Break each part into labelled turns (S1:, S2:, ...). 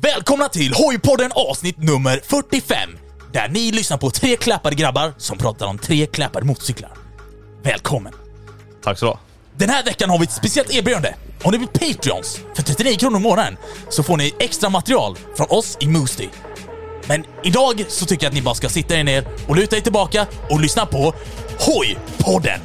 S1: Välkomna till Hojpodden avsnitt nummer 45, där ni lyssnar på tre klappade grabbar som pratar om tre klappade motorcyklar. Välkommen!
S2: Tack så du ha.
S1: Den här veckan har vi ett speciellt erbjudande. Om ni blir Patreons för 39 kronor i månaden så får ni extra material från oss i Moosty. Men idag så tycker jag att ni bara ska sitta er ner och luta er tillbaka och lyssna på Hoj-podden!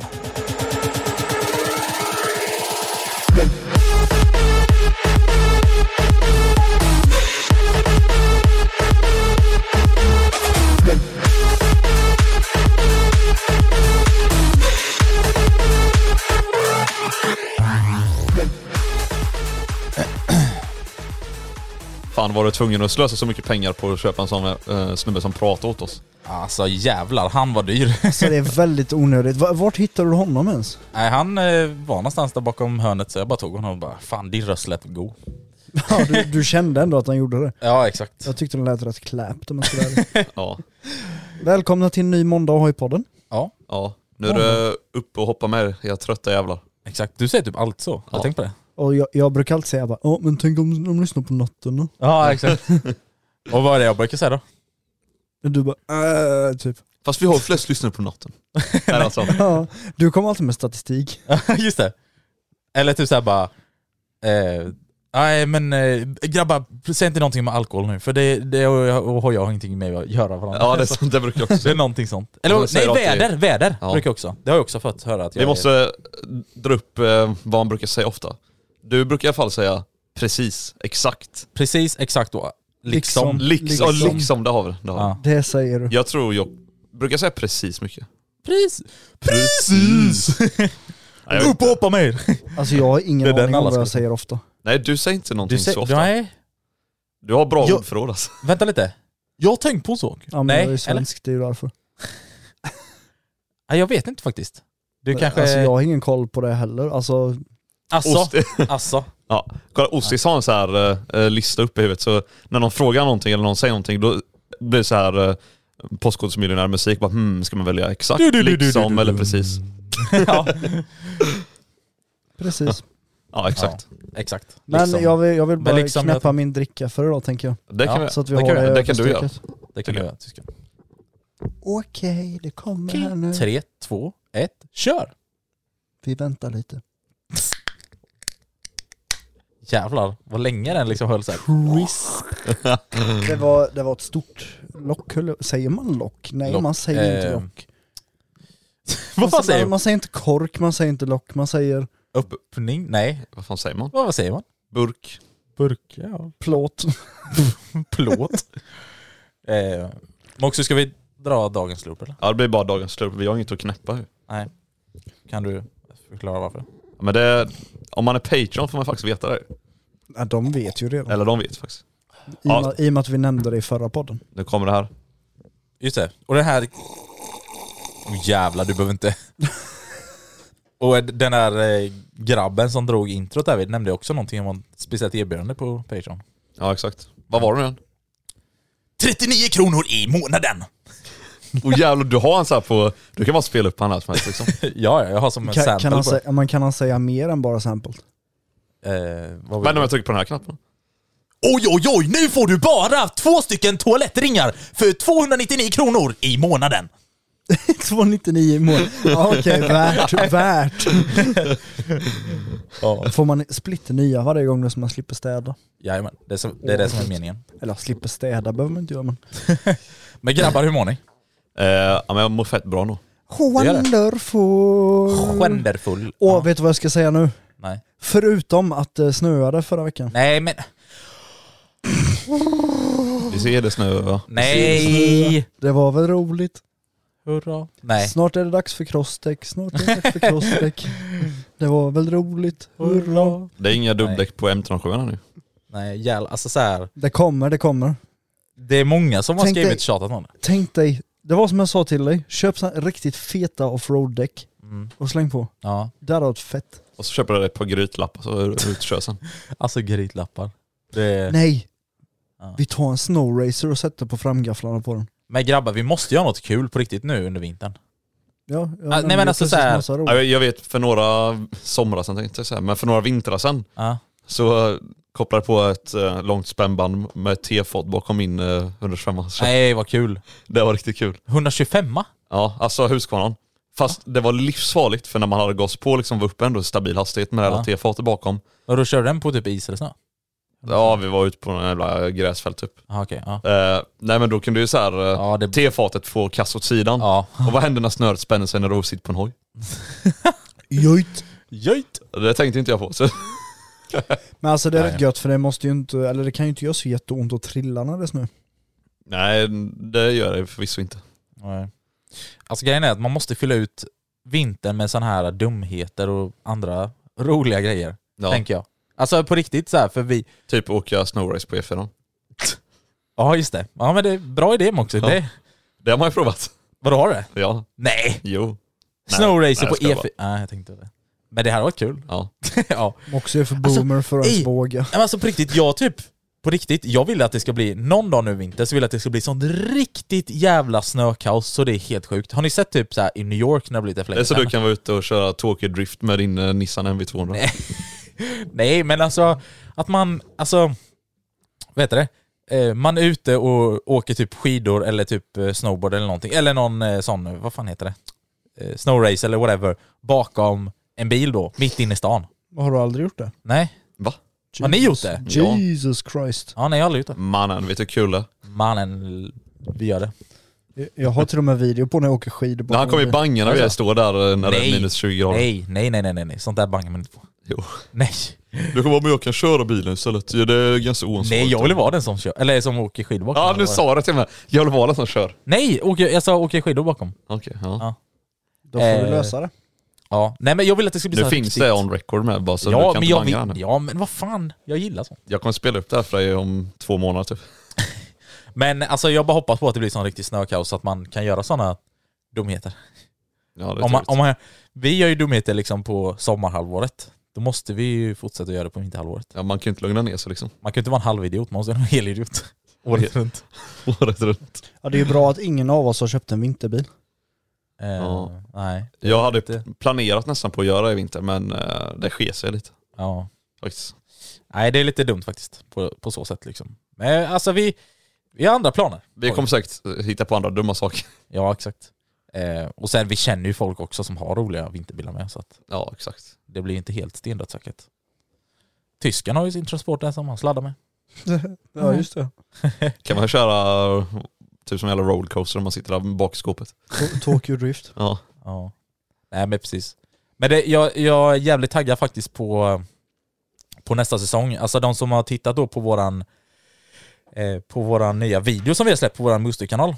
S2: Fan var du tvungen att slösa så mycket pengar på att köpa en sån eh, snubbe som pratar åt oss.
S1: Alltså jävlar, han var dyr.
S3: Så det är väldigt onödigt. Va- Vart hittar du honom ens?
S1: Nej, han eh, var någonstans där bakom hörnet så jag bara tog honom och bara Fan, din röst lät god.
S3: Ja, du, du kände ändå att han gjorde det.
S1: Ja, exakt.
S3: Jag tyckte den lät rätt kläpt om jag ska vara ärlig.
S2: Ja.
S3: Välkomna till en ny måndag och hojpodden.
S1: Ja,
S2: ja. Nu är det upp och hoppa med er, era trötta jävlar.
S1: exakt. Du säger typ allt så. Har du
S2: Ja.
S1: tänkt på det?
S3: Och jag, jag brukar alltid säga bara, ja men tänk om de lyssnar på natten då?
S1: Ja, exakt. och vad är det jag brukar säga då?
S3: Men Du bara, äh, typ.
S2: Fast vi har flest lyssnare på natten. Är det alltså.
S3: Ja, du kommer alltid med statistik.
S1: Just det. Eller typ såhär bara... eh, Nej men eh, grabbar, säg inte någonting med alkohol nu för det, det och jag, och jag har ingenting med att göra varandra.
S2: Ja det är sånt, det brukar jag också
S1: det är
S2: säga.
S1: någonting sånt.
S2: Jag
S1: Eller nej,
S2: säger alltid-
S1: väder, väder
S2: Ja.
S1: brukar jag också. Det har jag också fått höra att jag
S2: Vi
S1: är-
S2: måste dra upp eh, vad han brukar säga ofta. Du brukar i alla fall säga precis, exakt.
S1: Precis, exakt då. Liksom.
S3: Liksom.
S2: Liks, liksom. Ja,
S3: Liksom.
S2: liksom, det har vi. Det har vi.
S1: Ja.
S3: Det säger du.
S2: Jag tror jag brukar säga precis mycket.
S1: Pris. Precis!
S2: Nej, jag vet
S1: Upp och hoppa med er!
S3: Alltså jag har ingen
S1: Det är den
S3: aning om
S1: alla
S3: vad jag
S1: ska-
S3: säger ofta.
S2: Nej du säger inte någonting
S1: Du
S2: så
S1: säger,
S2: ofta.
S1: nej,
S2: Du har bra
S1: Jag-
S2: ordförråd alltså.
S1: vänta lite. Jag har tänkt på en sak.
S3: Ja men
S1: nej,
S3: jag är
S1: eller?
S3: ju svensk, det är ju därför.
S1: Nej, jag vet inte faktiskt. Eh, Du kanske...
S3: Alltså jag har ingen koll på det heller. Alltså,
S1: Asså,
S2: Ost-
S1: asså.
S2: Ja, kolla Ossis har en så här eh, lista uppe i huvudet så när någon frågar någonting eller någon säger någonting då blir det så här eh, Postkodmiljonärmusik, bara hmm, ska man välja exakt,
S1: Du, du, du, du, du,
S2: liksom
S1: du.
S2: eller precis?
S1: ja,
S3: precis.
S2: Ja exakt.
S1: exakt.
S3: Men
S1: Liksom.
S3: jag, vill, jag vill
S1: Men
S3: bara
S1: liksom jag-
S3: knäppa min dricka för idag tänker jag.
S2: Det kan
S1: Ja.
S2: vi,
S3: Så att vi
S2: det
S3: har
S2: kan, vi-
S3: det
S2: det kan du göra.
S3: överstruket.
S1: Det kan du göra, tyska.
S3: Okej, det kommer här nu.
S1: 3, 2, 1, kör!
S3: Vi väntar lite.
S1: Jävlar, vad länge den liksom höll såhär.
S3: Det var, det var ett stort lock, höll jag- säger man lock? Nej
S1: Lock.
S3: man säger
S1: Eh,
S3: inte lock.
S1: vad
S3: man,
S1: fan säger
S3: man,
S1: man?
S3: man säger inte kork, man säger inte lock, man säger
S1: Öppning? Nej,
S2: Vad fan säger man?
S1: vad, vad säger man?
S2: Burk.
S1: Burk, ja.
S3: plåt.
S1: Plåt. eh, men också ska vi dra dagens loop eller?
S2: Ja det blir bara dagens slurp, vi har inget att knäppa ju.
S1: Kan du förklara varför?
S2: Ja, Men det, om man är Patreon får man faktiskt veta det.
S3: Ja, de vet ju redan.
S2: Eller de vet faktiskt.
S3: I, och med, I och med att vi nämnde det i förra podden.
S2: Nu kommer det här.
S1: Just det, och den här... Oh, jävlar, du behöver inte... och den här eh, grabben som drog introt där vid nämnde också någonting om ett speciellt erbjudande på Patreon.
S2: Ja exakt. Vad var det nu igen?
S1: 39 kronor i månaden!
S2: Och Oh, jävlar du har en så här på, du kan bara spela upp han här som helst liksom.
S1: ja, ja, jag har som en
S3: Kan,
S1: sample
S3: kan, han
S1: på det.
S3: säga, men kan han säga mer än bara sample?
S1: Eh, vad vill
S2: Men om
S1: du?
S2: jag trycker på den här knappen?
S1: Oj, oj, oj! Nu får du bara två stycken toalettringar för 299 kronor i månaden!
S3: 299 i månaden. Ja, Okej, värt, värt.
S1: Ja.
S3: Får man splitter nya varje gång nu så man slipper städa?
S1: Jajamän, det är, som, det är det som är meningen.
S3: Eller slipper städa behöver man inte göra men...
S1: Men grabbar, hur mår ni?
S2: Eh, ja men jag mår fett bra nog.
S1: gör det.
S3: Wonderful.
S1: Wonderful.
S3: Mm. Åh,
S1: Ja,
S3: vet du vad jag ska säga nu?
S1: nej.
S3: Förutom att det snöade förra veckan.
S1: nej, men...
S2: Vi ser det snö va?
S1: Nej!
S3: Det var väl roligt?
S1: Hurra. Nej.
S3: Snart är det dags för crosstech, snart är det dags för crosstech. Det var väl roligt? Hurra!
S2: Det är inga dubbdäck på M37 här nu.
S1: Nej, jävlar. Alltså så här.
S3: Det kommer, det kommer.
S1: Det är många som har
S3: Tänk dig-
S1: skrivit tjatat om det.
S3: Tänk dig, det var som jag sa till dig, köp såna här riktigt feta offroad-däck
S1: Mm.
S3: och släng på.
S1: Ja.
S3: Där har du ett fett.
S2: Och så köper du ett par grytlappar så är du ute och kör sen.
S1: Alltså grytlappar. Det...
S3: Nej!
S1: Ja.
S3: Vi tar en snow racer och sätter på framgafflarna på den.
S1: Men grabbar, vi måste göra något kul på riktigt nu under vintern.
S3: Ja, jag
S1: nej,
S3: nämnde
S1: men alltså
S3: precis
S1: så här-
S3: massa roligt.
S2: Ja, Jag jag vet för några somrar sen tänkte jag säga, men för några vintrar sen
S1: Ja.
S2: så eh, Kopplar på ett eh, långt spännband med T-fod bakom min eh, 125
S1: Nej, vad kul.
S2: Det var riktigt kul.
S1: 125
S2: Ja, alltså Husqvarnan. Fast det var livsfarligt för när man hade gas på liksom var uppe ändå i stabil hastighet med det
S1: Ja.
S2: hela T-fatet bakom.
S1: Och då körde den på typ is eller snö? Mm.
S2: Ja, vi var ute på några jävla gräsfält typ.
S1: Ja, okej. ja.
S2: Eh, nej men då kunde ju så här, eh,
S1: Ja, det-
S2: T-fatet få kast åt sidan.
S1: Ja.
S2: Och vad händer när snöret spänner sig när du sitter på en hoj?
S3: Jöjt.
S1: Jöjt!
S2: Det tänkte inte jag på. Så.
S3: Men alltså det är
S1: Nej.
S3: rätt gött för det måste ju inte, eller det kan ju inte göra så jätteont att trilla när det är snö.
S2: Nej, det gör det förvisso inte.
S1: Nej. Alltså grejen är att man måste fylla ut vintern med sådana här dumheter och andra roliga grejer,
S2: Ja,
S1: tänker jag. Alltså på riktigt så här, för vi...
S2: typ åka snowrace på E4.
S1: Ja, just det. Ja, men det är bra idé också.
S2: Ja.
S1: Det...
S2: Det har man ju provat.
S1: Vadå, har du det?
S2: Ja,
S1: Nej!
S2: jo.
S1: Snowracer
S2: nej,
S1: på
S2: jag skojar
S1: E4. Nej, jag tänkte det. Men det här var kul.
S2: Ja.
S1: ja.
S3: Moxie är för
S1: Alltså,
S3: boomer för att
S1: ej.
S3: ens våga.
S1: Nej, men alltså på riktigt, jag typ... På riktigt, jag vill att det ska bli, någon dag nu i vinter, så vill jag att det ska bli sånt riktigt jävla snökaos så det är helt sjukt. Har ni sett typ så här i New York när det blir lite
S2: Det är
S1: fläktar?
S2: så du kan vara ute och köra Tokyo Drift med din eh, Nissan MV200.
S1: Nej. Nej, men alltså att man, alltså, vad heter det? Eh, Man är ute och åker typ skidor eller typ eh, snowboard eller någonting. Eller någon eh, sån, vad fan heter det? Eh, Snowrace eller whatever. Bakom en bil då, mitt inne i stan.
S3: Har du aldrig gjort det?
S1: Nej,
S2: Va?
S1: har ni gjort det?
S2: Ja.
S3: Jesus Christ.
S1: Ja, nej jag har aldrig gjort det.
S2: Mannen, vet du hur kul det är?
S1: Mannen, vi gör det.
S3: Jag- Jag har till och med video på när jag åker skidor.
S2: När han kommer i bangen när vi
S1: Alltså.
S2: står där eh, när det
S1: Nej.
S2: är minus 20 grader.
S1: Nej, nej, nej, nej, nej, nej. sånt där bangar man inte på.
S2: Jo.
S1: Nej,
S2: Du kommer vara med och kan köra bilen istället. Ja, det är ganska oansvarigt.
S1: nej jag vill vara den som kör, eller som åker skidor bakom.
S2: typ. Ja, nu sa det till mig. Jag vill vara den som kör.
S1: Nej, åker, jag sa åker skidor bakom.
S2: Okej, ja.
S1: Ja.
S3: Då får
S1: Eh,
S3: vi lösa det.
S1: Ja, nej men jag vill att det ska bli
S2: Nu
S1: så här
S2: finns
S1: riktigt-
S2: det on record med bara så du
S1: Ja
S2: kan
S1: men,
S2: inte
S1: jag
S2: banga
S1: vill,
S2: nu.
S1: ja, men vad fan. Jag gillar sånt.
S2: Jag kommer spela upp det här för dig om två månader typ.
S1: Men alltså, jag bara hoppas på att det blir sån riktig snökaos så att man kan göra såna dumheter.
S2: Ja, det är
S1: Om man,
S2: trevligt.
S1: om man, vi gör ju dumheter liksom på sommarhalvåret. Då måste vi ju fortsätta göra det på vinterhalvåret.
S2: ja, man kan ju inte lugna ner sig liksom.
S1: Man kan ju inte vara en halvidiot, man måste vara en helidiot. Året runt.
S2: Året runt.
S3: Ja, det är ju bra att ingen av oss har köpt en vinterbil.
S1: Eh,
S2: Ja.
S1: Nej.
S2: Jag hade
S1: inte.
S2: planerat nästan på att göra det i vinter men eh, det sker sig lite
S1: Ja.
S2: faktiskt.
S1: Nej, det är lite dumt faktiskt. På, på så sätt liksom. Men alltså vi, vi har andra planer.
S2: Vi kommer säkert eh, hitta på andra dumma saker.
S1: Ja, exakt. Eh, och sen vi känner ju folk också som har roliga vinterbilar med. Så att
S2: Ja, exakt.
S1: Det blir inte helt stendött säkert. Tyskan har ju sin transport där som han sladdar med.
S3: ja, just det.
S2: Kan man köra eh, typ som en jävla rollercoaster om man sitter där bak i skåpet?
S3: To- Tokyo Drift.
S2: Ja.
S1: Ja. Nej men precis. Men det, jag, jag är jävligt taggad faktiskt på, på nästa säsong. Alltså de som har tittat då på våran, eh, på våran nya video som vi har släppt på våran Musti-kanal.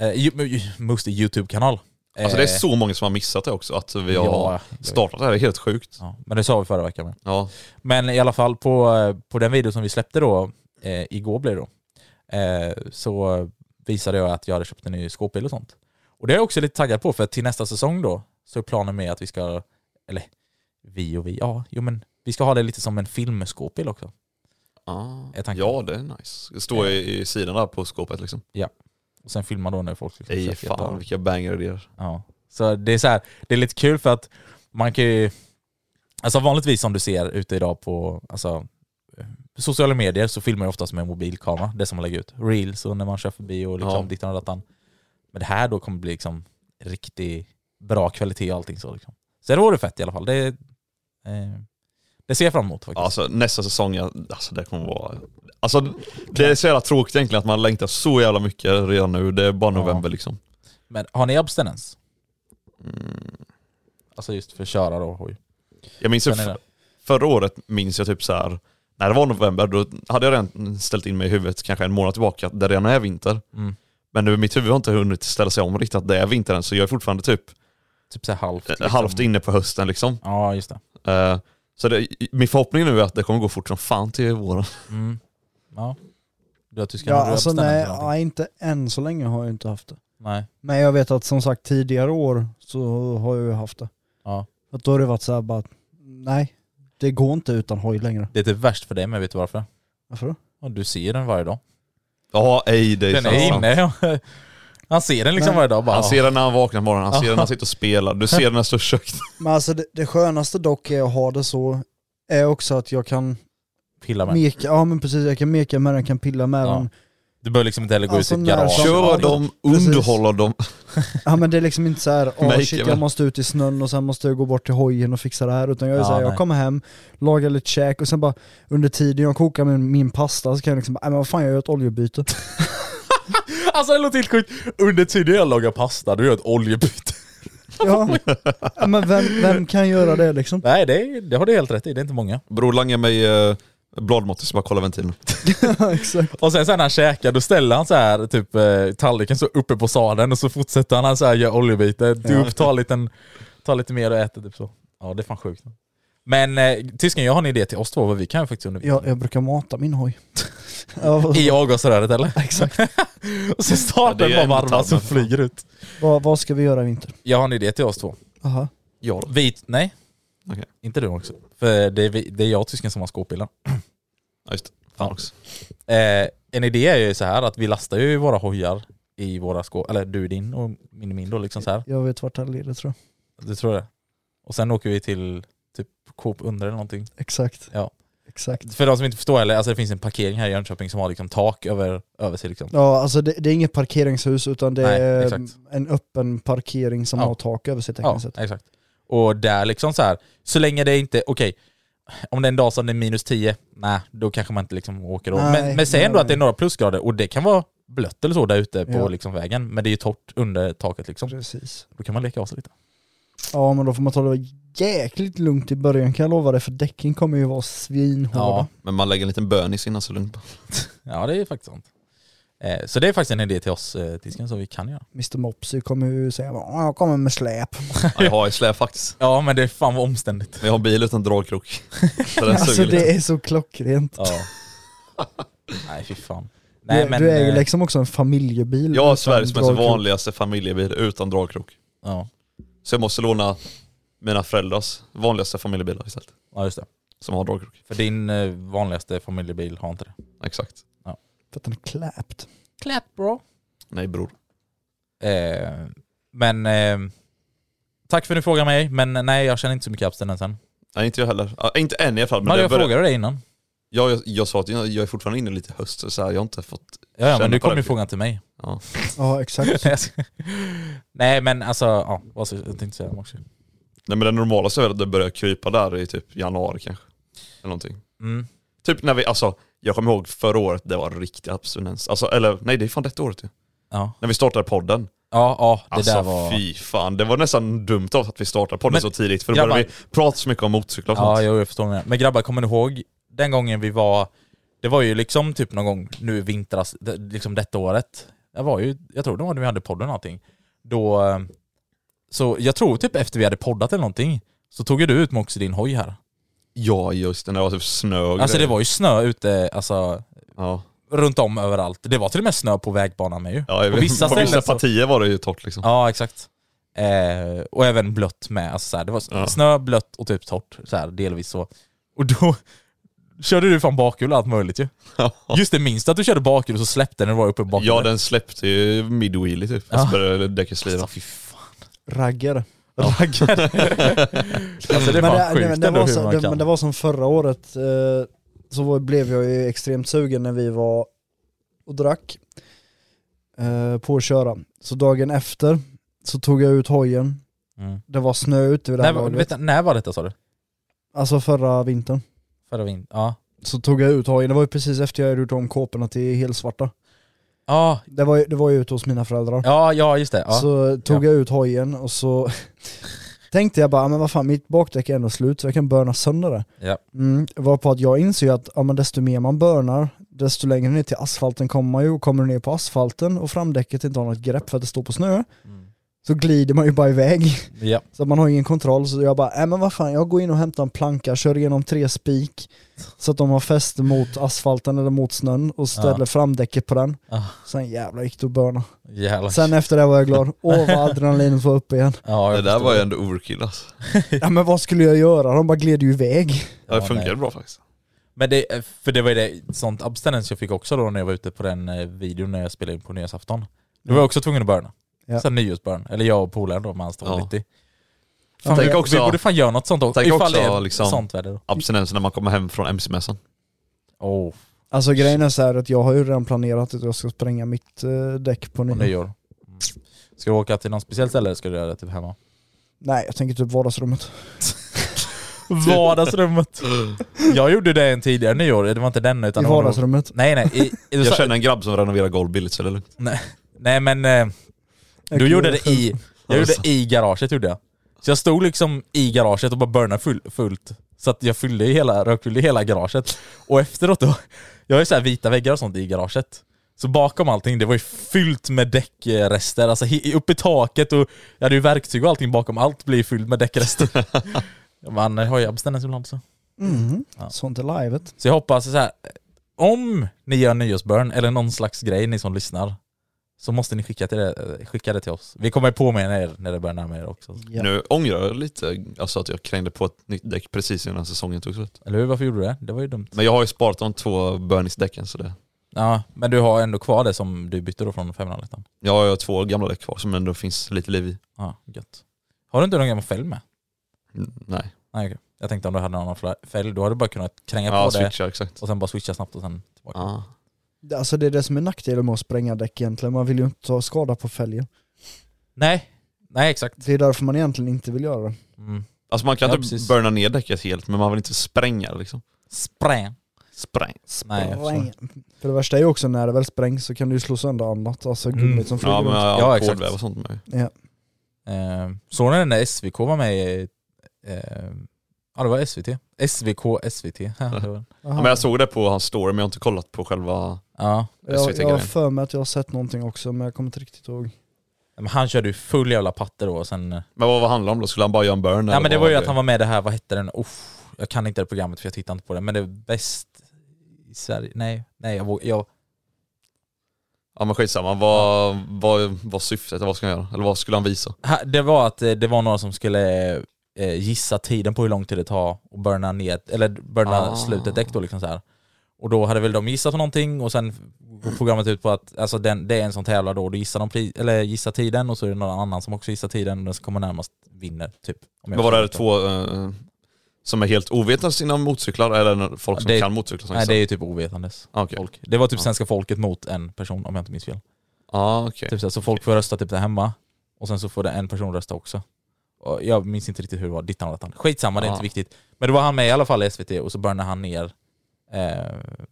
S1: Eh, Ju- Musti YouTube-kanal.
S2: Alltså det är
S1: Eh,
S2: så många som har missat det också att vi har
S1: ja, jag vet.
S2: startat det här. Det är helt sjukt.
S1: ja, men det sa vi förra veckan med.
S2: Ja.
S1: Men i alla fall på, eh, på den video som vi släppte då, eh, igår blev det då, eh, så visade jag att jag hade köpt en ny skåpbil och sånt. Och det är jag också lite taggad på för att till nästa säsong då så är planen med att vi ska, eller vi och vi, ja jo men vi ska ha det lite som en filmskåpbil också. Är
S2: Ah.
S1: tanken.
S2: Ja det är nice. Det står i, i sidan där på skåpet liksom.
S1: Och sen filma då när folk liksom
S2: Ej
S1: försöker ta-
S2: fan vilka banger det är.
S1: Ja. Så det är så här, det är lite kul för att man kan ju, alltså vanligtvis som du ser ute idag på alltså, eh, sociala medier så filmar jag oftast med mobilkamera, det som man lägger ut. Reels och när man kör förbi och liksom
S2: Ja.
S1: dittan och dattan. Men det här då kommer bli liksom riktigt bra kvalitet och allting så liksom. Så det vore fett i alla fall. Det, eh, det ser jag fram emot faktiskt.
S2: Alltså nästa säsong, ja, alltså det kommer vara... Alltså det är så jävla tråkigt egentligen att man längtar så jävla mycket redan nu. Det är bara
S1: Ja.
S2: november liksom.
S1: Men har ni abstinens?
S2: Mm.
S1: Alltså just för köra då? Hoj.
S2: Typ Jag minns ju
S1: Känner ni det?
S2: förra året minns jag typ så här. när det var november då hade jag redan ställt in mig i huvudet kanske en månad tillbaka att det redan är vinter.
S1: Mm.
S2: Men nu, mitt huvud har inte hunnit ställa sig om riktigt att det är vinter än så jag är fortfarande typ
S1: Typ så här halvt?
S2: eh, halvt inne på hösten liksom.
S1: Ja, just det.
S2: Eh, så det, min förhoppning nu är att det kommer gå fort som fan till våren.
S1: Mm. Ja. Du har tyskarna,
S3: Ja,
S1: ja, du har
S3: alltså
S1: abstinens
S3: nej,
S1: eller någonting?
S3: ja, inte än så länge har jag inte haft det.
S1: Nej.
S3: Men jag vet att som sagt tidigare år så har jag ju haft det.
S1: Ja.
S3: För att då har det varit så här bara, att, nej, det går inte utan hoj längre.
S1: Det är typ värst för dig men vet du varför?
S3: Varför då?
S1: Ja, du ser den varje dag.
S2: Ja, ej det är
S1: Den
S2: sant.
S1: är inne. ja. Han ser den liksom
S3: Men-
S1: varje dag bara.
S2: Han ser den när han vaknar på morgonen, han
S1: Ja.
S2: ser den när han sitter och spelar, du ser den när han står i köket.
S3: Men alltså det, det skönaste dock är att ha det så, är också att jag kan
S1: pilla med.
S3: Meka, ja men precis, jag kan meka med den, kan pilla med
S1: Ja.
S3: den.
S1: Du behöver liksom inte heller gå
S3: Alltså,
S1: ut i ett
S3: när
S1: garage.
S3: som-
S2: Kör
S3: Ja,
S2: dem,
S3: precis.
S2: underhåller dem.
S3: Ja men det är liksom inte så här, åh
S2: Make
S3: shit
S2: it,
S3: jag
S2: men-
S3: måste ut i snön och sen måste jag gå bort till hojen och fixa det här. Utan jag är
S1: Ja,
S3: så här,
S1: nej.
S3: jag kommer hem, lagar lite käk och sen bara under tiden jag kokar min, min pasta så kan jag liksom, nej men vad fan jag gör ett oljebyte.
S1: Alltså det låter helt sjukt. Under tiden jag lagar pasta, du gör ett oljebyte.
S3: ja. ja men vem, vem kan göra det liksom?
S1: Nej, det, är- det har du helt rätt i. Det är inte många.
S2: Bror langar mig eh, bladmåttet så bara kolla ventilen.
S3: Ja, Exakt.
S1: Och sen så här när han käkar, då ställer han så här typ eh, tallriken så uppe på sadeln och så fortsätter han så här göra oljebitar. Du upp, tar, lite, tar lite mer och äter typ så. Ja, det är fan sjukt. Men eh, tysken, jag har en idé till oss två vad vi kan faktiskt undervisa.
S3: Jag, jag brukar mata min hoj. ja,
S1: I avgasröret eller?
S3: exakt.
S1: Och så startar
S2: Ja, det är
S1: den bara varma
S2: en
S1: så
S2: metall.
S1: flyger ut.
S3: Vad, vad ska vi göra i vinter?
S1: Jag har en idé till oss två.
S3: Aha.
S2: Ja då.
S1: Vi, nej.
S2: Okej.
S1: Inte du också. För det är, vi, det är jag och tysken som har skåpbilar.
S2: Ja, just det. Fan också.
S1: Eh, en idé är ju så här att vi lastar ju våra hojar i våra skåp, eller du i din och min i min då liksom så här.
S3: Jag vet vart det här leder tror jag.
S1: Du tror det? Och sen åker vi till typ Coop under eller någonting.
S3: Exakt.
S1: Ja.
S3: Exakt.
S1: För de som inte förstår heller, alltså det finns en parkering här i Jönköping som har liksom tak över, över sig liksom.
S3: Ja, alltså det, det är inget parkeringshus utan det
S1: Nej,
S3: är
S1: exakt.
S3: en öppen parkering som
S1: Ja.
S3: har tak över sig
S1: Ja,
S3: tekniskt sett.
S1: exakt. Och där liksom så här, så länge det inte, okej, om det är en dag som det är minus 10, nej, då kanske man inte liksom åker då.
S3: Nej,
S1: men, men säg ändå
S3: nej.
S1: att det är några plusgrader och det kan vara blött eller så där ute på
S3: Ja.
S1: liksom vägen, men det är ju torrt under taket liksom.
S3: Precis.
S1: Då kan man leka av sig lite.
S3: Ja men då får man ta det jäkligt lugnt i början kan jag lova dig för däcken kommer ju vara svinhårda.
S2: Men man lägger en liten bönis innan så är det lugnt.
S1: Ja, det är faktiskt sant. Eh, så det är faktiskt en idé till oss, eh, Tisken, som vi kan göra.
S3: Mr Mopsy kommer ju säga "Ja, jag kommer med släp.
S2: Ja, jag har ett släp faktiskt.
S1: Ja, men det är fan vad omständigt.
S2: Men jag har en bil utan dragkrok. Så den
S3: Alltså
S2: suger lite.
S3: det är så klockrent.
S1: Ja. Nej fy fan.
S3: Nej,
S1: Nej,
S3: du,
S1: men,
S3: du är ju
S1: eh,
S3: liksom också en familjebil.
S2: Jag har
S3: utan
S2: Sveriges mest
S3: dragkrok.
S2: vanligaste familjebil utan dragkrok.
S1: ja.
S2: Så jag måste låna mina föräldrars vanligaste familjebilar istället.
S1: ja, just det.
S2: Som har dragkrok.
S1: För din eh, vanligaste familjebil har inte det.
S2: Exakt.
S3: För att den är kläpt.
S1: Clap bro.
S2: Nej bror.
S1: Eh, men eh, tack för att du frågar mig, men eh, nej jag känner inte så mycket abstinens än.
S2: Nej inte jag heller. Ja, inte än i alla fall. Men
S1: Men
S2: det
S1: jag
S2: börjar-
S1: frågade dig innan.
S2: jag, jag, jag sa att jag, jag är fortfarande inne lite i höst, så här, jag har inte fått...
S1: Ja, ja
S2: Känner
S1: men nu
S2: på
S1: kom
S2: det.
S1: ju frågan till mig.
S2: Ja.
S3: Ja exakt.
S1: nej men alltså, ja, vad ska- jag tänkte säga också.
S2: Nej men det normala så är väl att det börjar krypa där i typ januari kanske. Eller någonting.
S1: Mm.
S2: Typ när vi, alltså jag kommer ihåg förra året, det var riktig abstinens. Alltså eller nej det är fan detta året ju.
S1: Ja,
S2: När vi startade podden.
S1: ja, ja det
S2: Alltså
S1: där var...
S2: fy fan, det var nästan dumt av oss att vi startade podden
S1: Men-
S2: så tidigt för då
S1: grabbar-
S2: började vi prata så mycket om motorcyklar och
S1: Ja,
S2: sånt.
S1: jo, jag förstår vad du menar. Men grabbar, kommer ni ihåg den gången vi var... Det var ju liksom typ någon gång nu i vintras, d- liksom detta året. Jag var ju, jag tror det var när vi hade podden och allting. Då... eh, Så jag tror typ efter vi hade poddat eller någonting, så tog ju du ut Mox i din hoj här.
S2: Ja just det, när det var typ snö och
S1: Alltså det
S2: grejer.
S1: var ju snö ute, alltså
S2: ja.
S1: runt om överallt. Det var till och med snö på vägbanan med ju.
S2: Ja, jag
S1: På
S2: vet.
S1: vissa
S2: på
S1: ställen
S2: vissa
S1: så-
S2: partier var det ju torrt liksom.
S1: Ja, exakt. Eh, och även blött med. Alltså, så här, det var s-
S2: Ja.
S1: snö, blött och typ torrt. Så här, delvis så. Och då körde du fan bakhjul och allt möjligt ju. Just det, minns du att du körde bakhjul och så släppte den när du var uppe på bakhjulet?
S2: Ja den släppte ju midwheelie typ, och så
S1: Ja.
S2: började däcket sliva.
S1: Alltså, fy fan.
S3: Raggar.
S1: Raggare. alltså det är
S3: Men
S1: fan
S3: det,
S1: sjukt
S3: nej, men det,
S1: ändå
S3: var
S1: hur
S3: så,
S1: man
S3: det,
S1: kan.
S3: men det var som förra året, eh, så var, blev jag ju extremt sugen när vi var och drack eh, på att köra. Så dagen efter så tog jag ut hojen,
S1: Mm.
S3: det var snö ute vid det
S1: När,
S3: här
S1: var-
S3: laget.
S1: vänta, när var detta sa du?
S3: Alltså förra vintern.
S1: Förra vintern? Ja.
S3: Så tog jag ut hojen, det var ju precis efter jag hade gjort om kåporna till helsvarta.
S1: Ja,
S3: Det var, ju- det var ju ute hos mina föräldrar.
S1: ja, ja just det. Ja.
S3: Så tog jag ut hojen och så tänkte jag bara, men vad fan mitt bakdäck är ändå slut så jag kan börna sönder det.
S1: Ja.
S3: Mm, var på att jag inser ju att ja, men desto mer man börnar, desto längre ner till asfalten kommer man ju. Och kommer du ner på asfalten och framdäcket inte har något grepp för att det står på snö,
S1: Mm.
S3: så glider man ju bara iväg.
S1: ja.
S3: Så att man har ingen kontroll. Så jag bara, äh, men vad fan, jag går in och hämtar en planka, kör igenom tre spik så att de har fäste mot asfalten eller mot snön och ställer
S1: Ja.
S3: framdäcket på den.
S1: Ah,
S3: Sen jävlar gick det att börna.
S1: jävlar.
S3: Sen efter det var jag glad. Åh vad adrenalinet var uppe igen.
S1: ja, jag
S2: Det där
S1: förstår.
S2: var ju ändå overkill alltså.
S3: Ja men vad skulle jag göra? De bara gled ju iväg.
S2: Ja, det
S1: Ja,
S2: funkade
S1: nej.
S2: bra faktiskt.
S1: Men det, eh, för det var ju det, sånt abstinens jag fick också då när jag var ute på den eh, videon när jag spelade in på nyårsafton. Då var jag också tvungen att börna.
S3: Ja.
S1: Sen nyårsbörn. Eller jag och polaren då med hans
S2: Ja.
S1: 290.
S3: Ja,
S1: Fan,
S2: tänk
S1: vi,
S2: också-
S1: vi borde fan göra något sånt också.
S2: tänk
S1: Ifall
S2: också
S1: det är
S2: liksom-
S1: sånt väder då.
S2: Abstinensen när man kommer hem från MC-mässan.
S1: Oh,
S3: Alltså grejen är så här att jag har ju redan planerat att jag ska spränga mitt eh, däck på
S1: på
S3: nyår.
S1: nyår. Mm. Ska du åka till någon speciellt ställe eller ska du göra det typ hemma?
S3: Nej jag tänker typ vardagsrummet.
S2: Typ.
S1: Vardagsrummet. Jag gjorde det en tidigare nyår, det var inte den utan...
S3: I
S1: det var nog-
S3: vardagsrummet.
S1: Nej nej. I, i,
S2: Jag känner en grabb som renoverar golv billigt så det är lugnt.
S1: Nej men eh,
S3: Jag
S1: du gjorde
S3: kan-
S1: det i... Jag gjorde
S3: Alltså.
S1: det i garaget gjorde jag. Så jag stod liksom i garaget och bara burnade full, fullt. Så att jag fyllde i hela, rökfyllde i hela garaget. Och efteråt då, jag har ju så här vita väggar och sånt i garaget. Så bakom allting, det var ju fyllt med däckrester. Alltså he- upp i taket och jag hade ju verktyg och allting bakom allt blir fyllt med däckrester. Man eh, har ju abstinens ibland så.
S3: Mhm.
S1: Ja.
S3: Sånt är livet.
S1: Så jag hoppas så här. om ni gör nyårsburn eller någon slags grej ni som lyssnar så måste ni skicka, till det, eh, skicka det till oss. Vi kommer påminna er när det börjar närma er också.
S3: Ja.
S2: Nu ångrar jag lite alltså, att jag krängde på ett nytt däck precis innan säsongen tog slut.
S1: Eller hur? Varför gjorde du det? Det var ju dumt.
S2: Men jag har ju sparat de två burningsdäcken så det...
S1: Ja, men du har ändå kvar det som du bytte då från 501.
S2: Jag har ju två gamla däck kvar som ändå finns lite liv i.
S1: Ja, gött. Har du inte någon gammal fälg med?
S2: Mm, Nej.
S1: Nej, okej. Jag tänkte om du hade någon annan fla- fälg, då hade du bara kunnat kränga
S2: Ja,
S1: på det
S2: switchar exakt. Ah.
S1: och sen bara switcha snabbt och sen tillbaka.
S2: Ja.
S3: Det- Alltså det är det som är nackdelen med att spränga däck egentligen, man vill ju inte ta skada på fälgen.
S1: Nej, nej exakt.
S3: Det är därför man egentligen inte vill göra det.
S1: Mm.
S2: Alltså man kan
S1: Ja,
S2: inte
S1: precis.
S2: burna ner däcket helt men man vill inte spränga det liksom.
S1: Spräng.
S2: Spräng.
S1: Nej, jag förstår.
S3: För det värsta är ju också när det väl sprängs så kan du ju slå sönder annat, alltså
S1: Mm.
S3: gummit som flyger
S2: Ja men
S3: runt.
S1: Ja,
S2: ja,
S1: exakt.
S2: kolväv och sånt med.
S1: Eh, såg ni den där SVK var med i... Eh, ja det var SVT. SVK SVT. Ja, det var-
S3: Aha.
S2: Ja, men jag såg det på hans story men jag har inte kollat på själva...
S1: ja.
S3: jag, jag har
S2: SVT-grejen.
S3: för mig att jag har sett någonting också men jag kommer inte riktigt ihåg.
S1: Men han körde ju full jävla patte då och sen... Nej,
S2: Men vad, vad handlar det om då? Skulle han bara göra en burn? eller
S1: men det
S2: vad
S1: var ju att han var med i det här, vad hette den? Uff, jag kan inte det programmet för jag tittar inte på det. Men det är bäst i Sverige. Nej, nej jag, vågar- jag
S2: Ja men skitsamma, vad vad vad syftet? Vad ska han göra? Eller vad skulle han visa?
S1: Ha- Det var att eh, det var några som skulle eh, gissa tiden på hur lång tid det tar och burna ner, eller burna
S2: Ah.
S1: slutet däck då liksom så här. Och då hade väl de gissat på någonting och sen går programmet ut på att alltså den, det är en som tävlar då, då gissar de pri- eller gissar tiden och så är det någon annan som också gissar tiden och den som kommer närmast vinner typ. Om jag
S2: Men var
S1: förstår
S2: det två eh, som är helt ovetna om sina motorcyklar eller folk som
S1: Det-
S2: kan motorcyklar? som
S1: Nej det
S2: gissar?
S1: är ju typ ovetandes.
S2: Ah, okej.
S1: Folk. Det var typ
S2: Ja.
S1: svenska folket mot en person om jag inte minns fel.
S2: Ah, okej.
S1: Typ så, här, så folk får rösta typ där hemma och sen så får det en person rösta också. Och jag minns inte riktigt hur det var, dittan och dattan. Skitsamma, det är
S2: Ja.
S1: inte viktigt. Men då var han med i alla fall i SVT och så burnade han ner eh,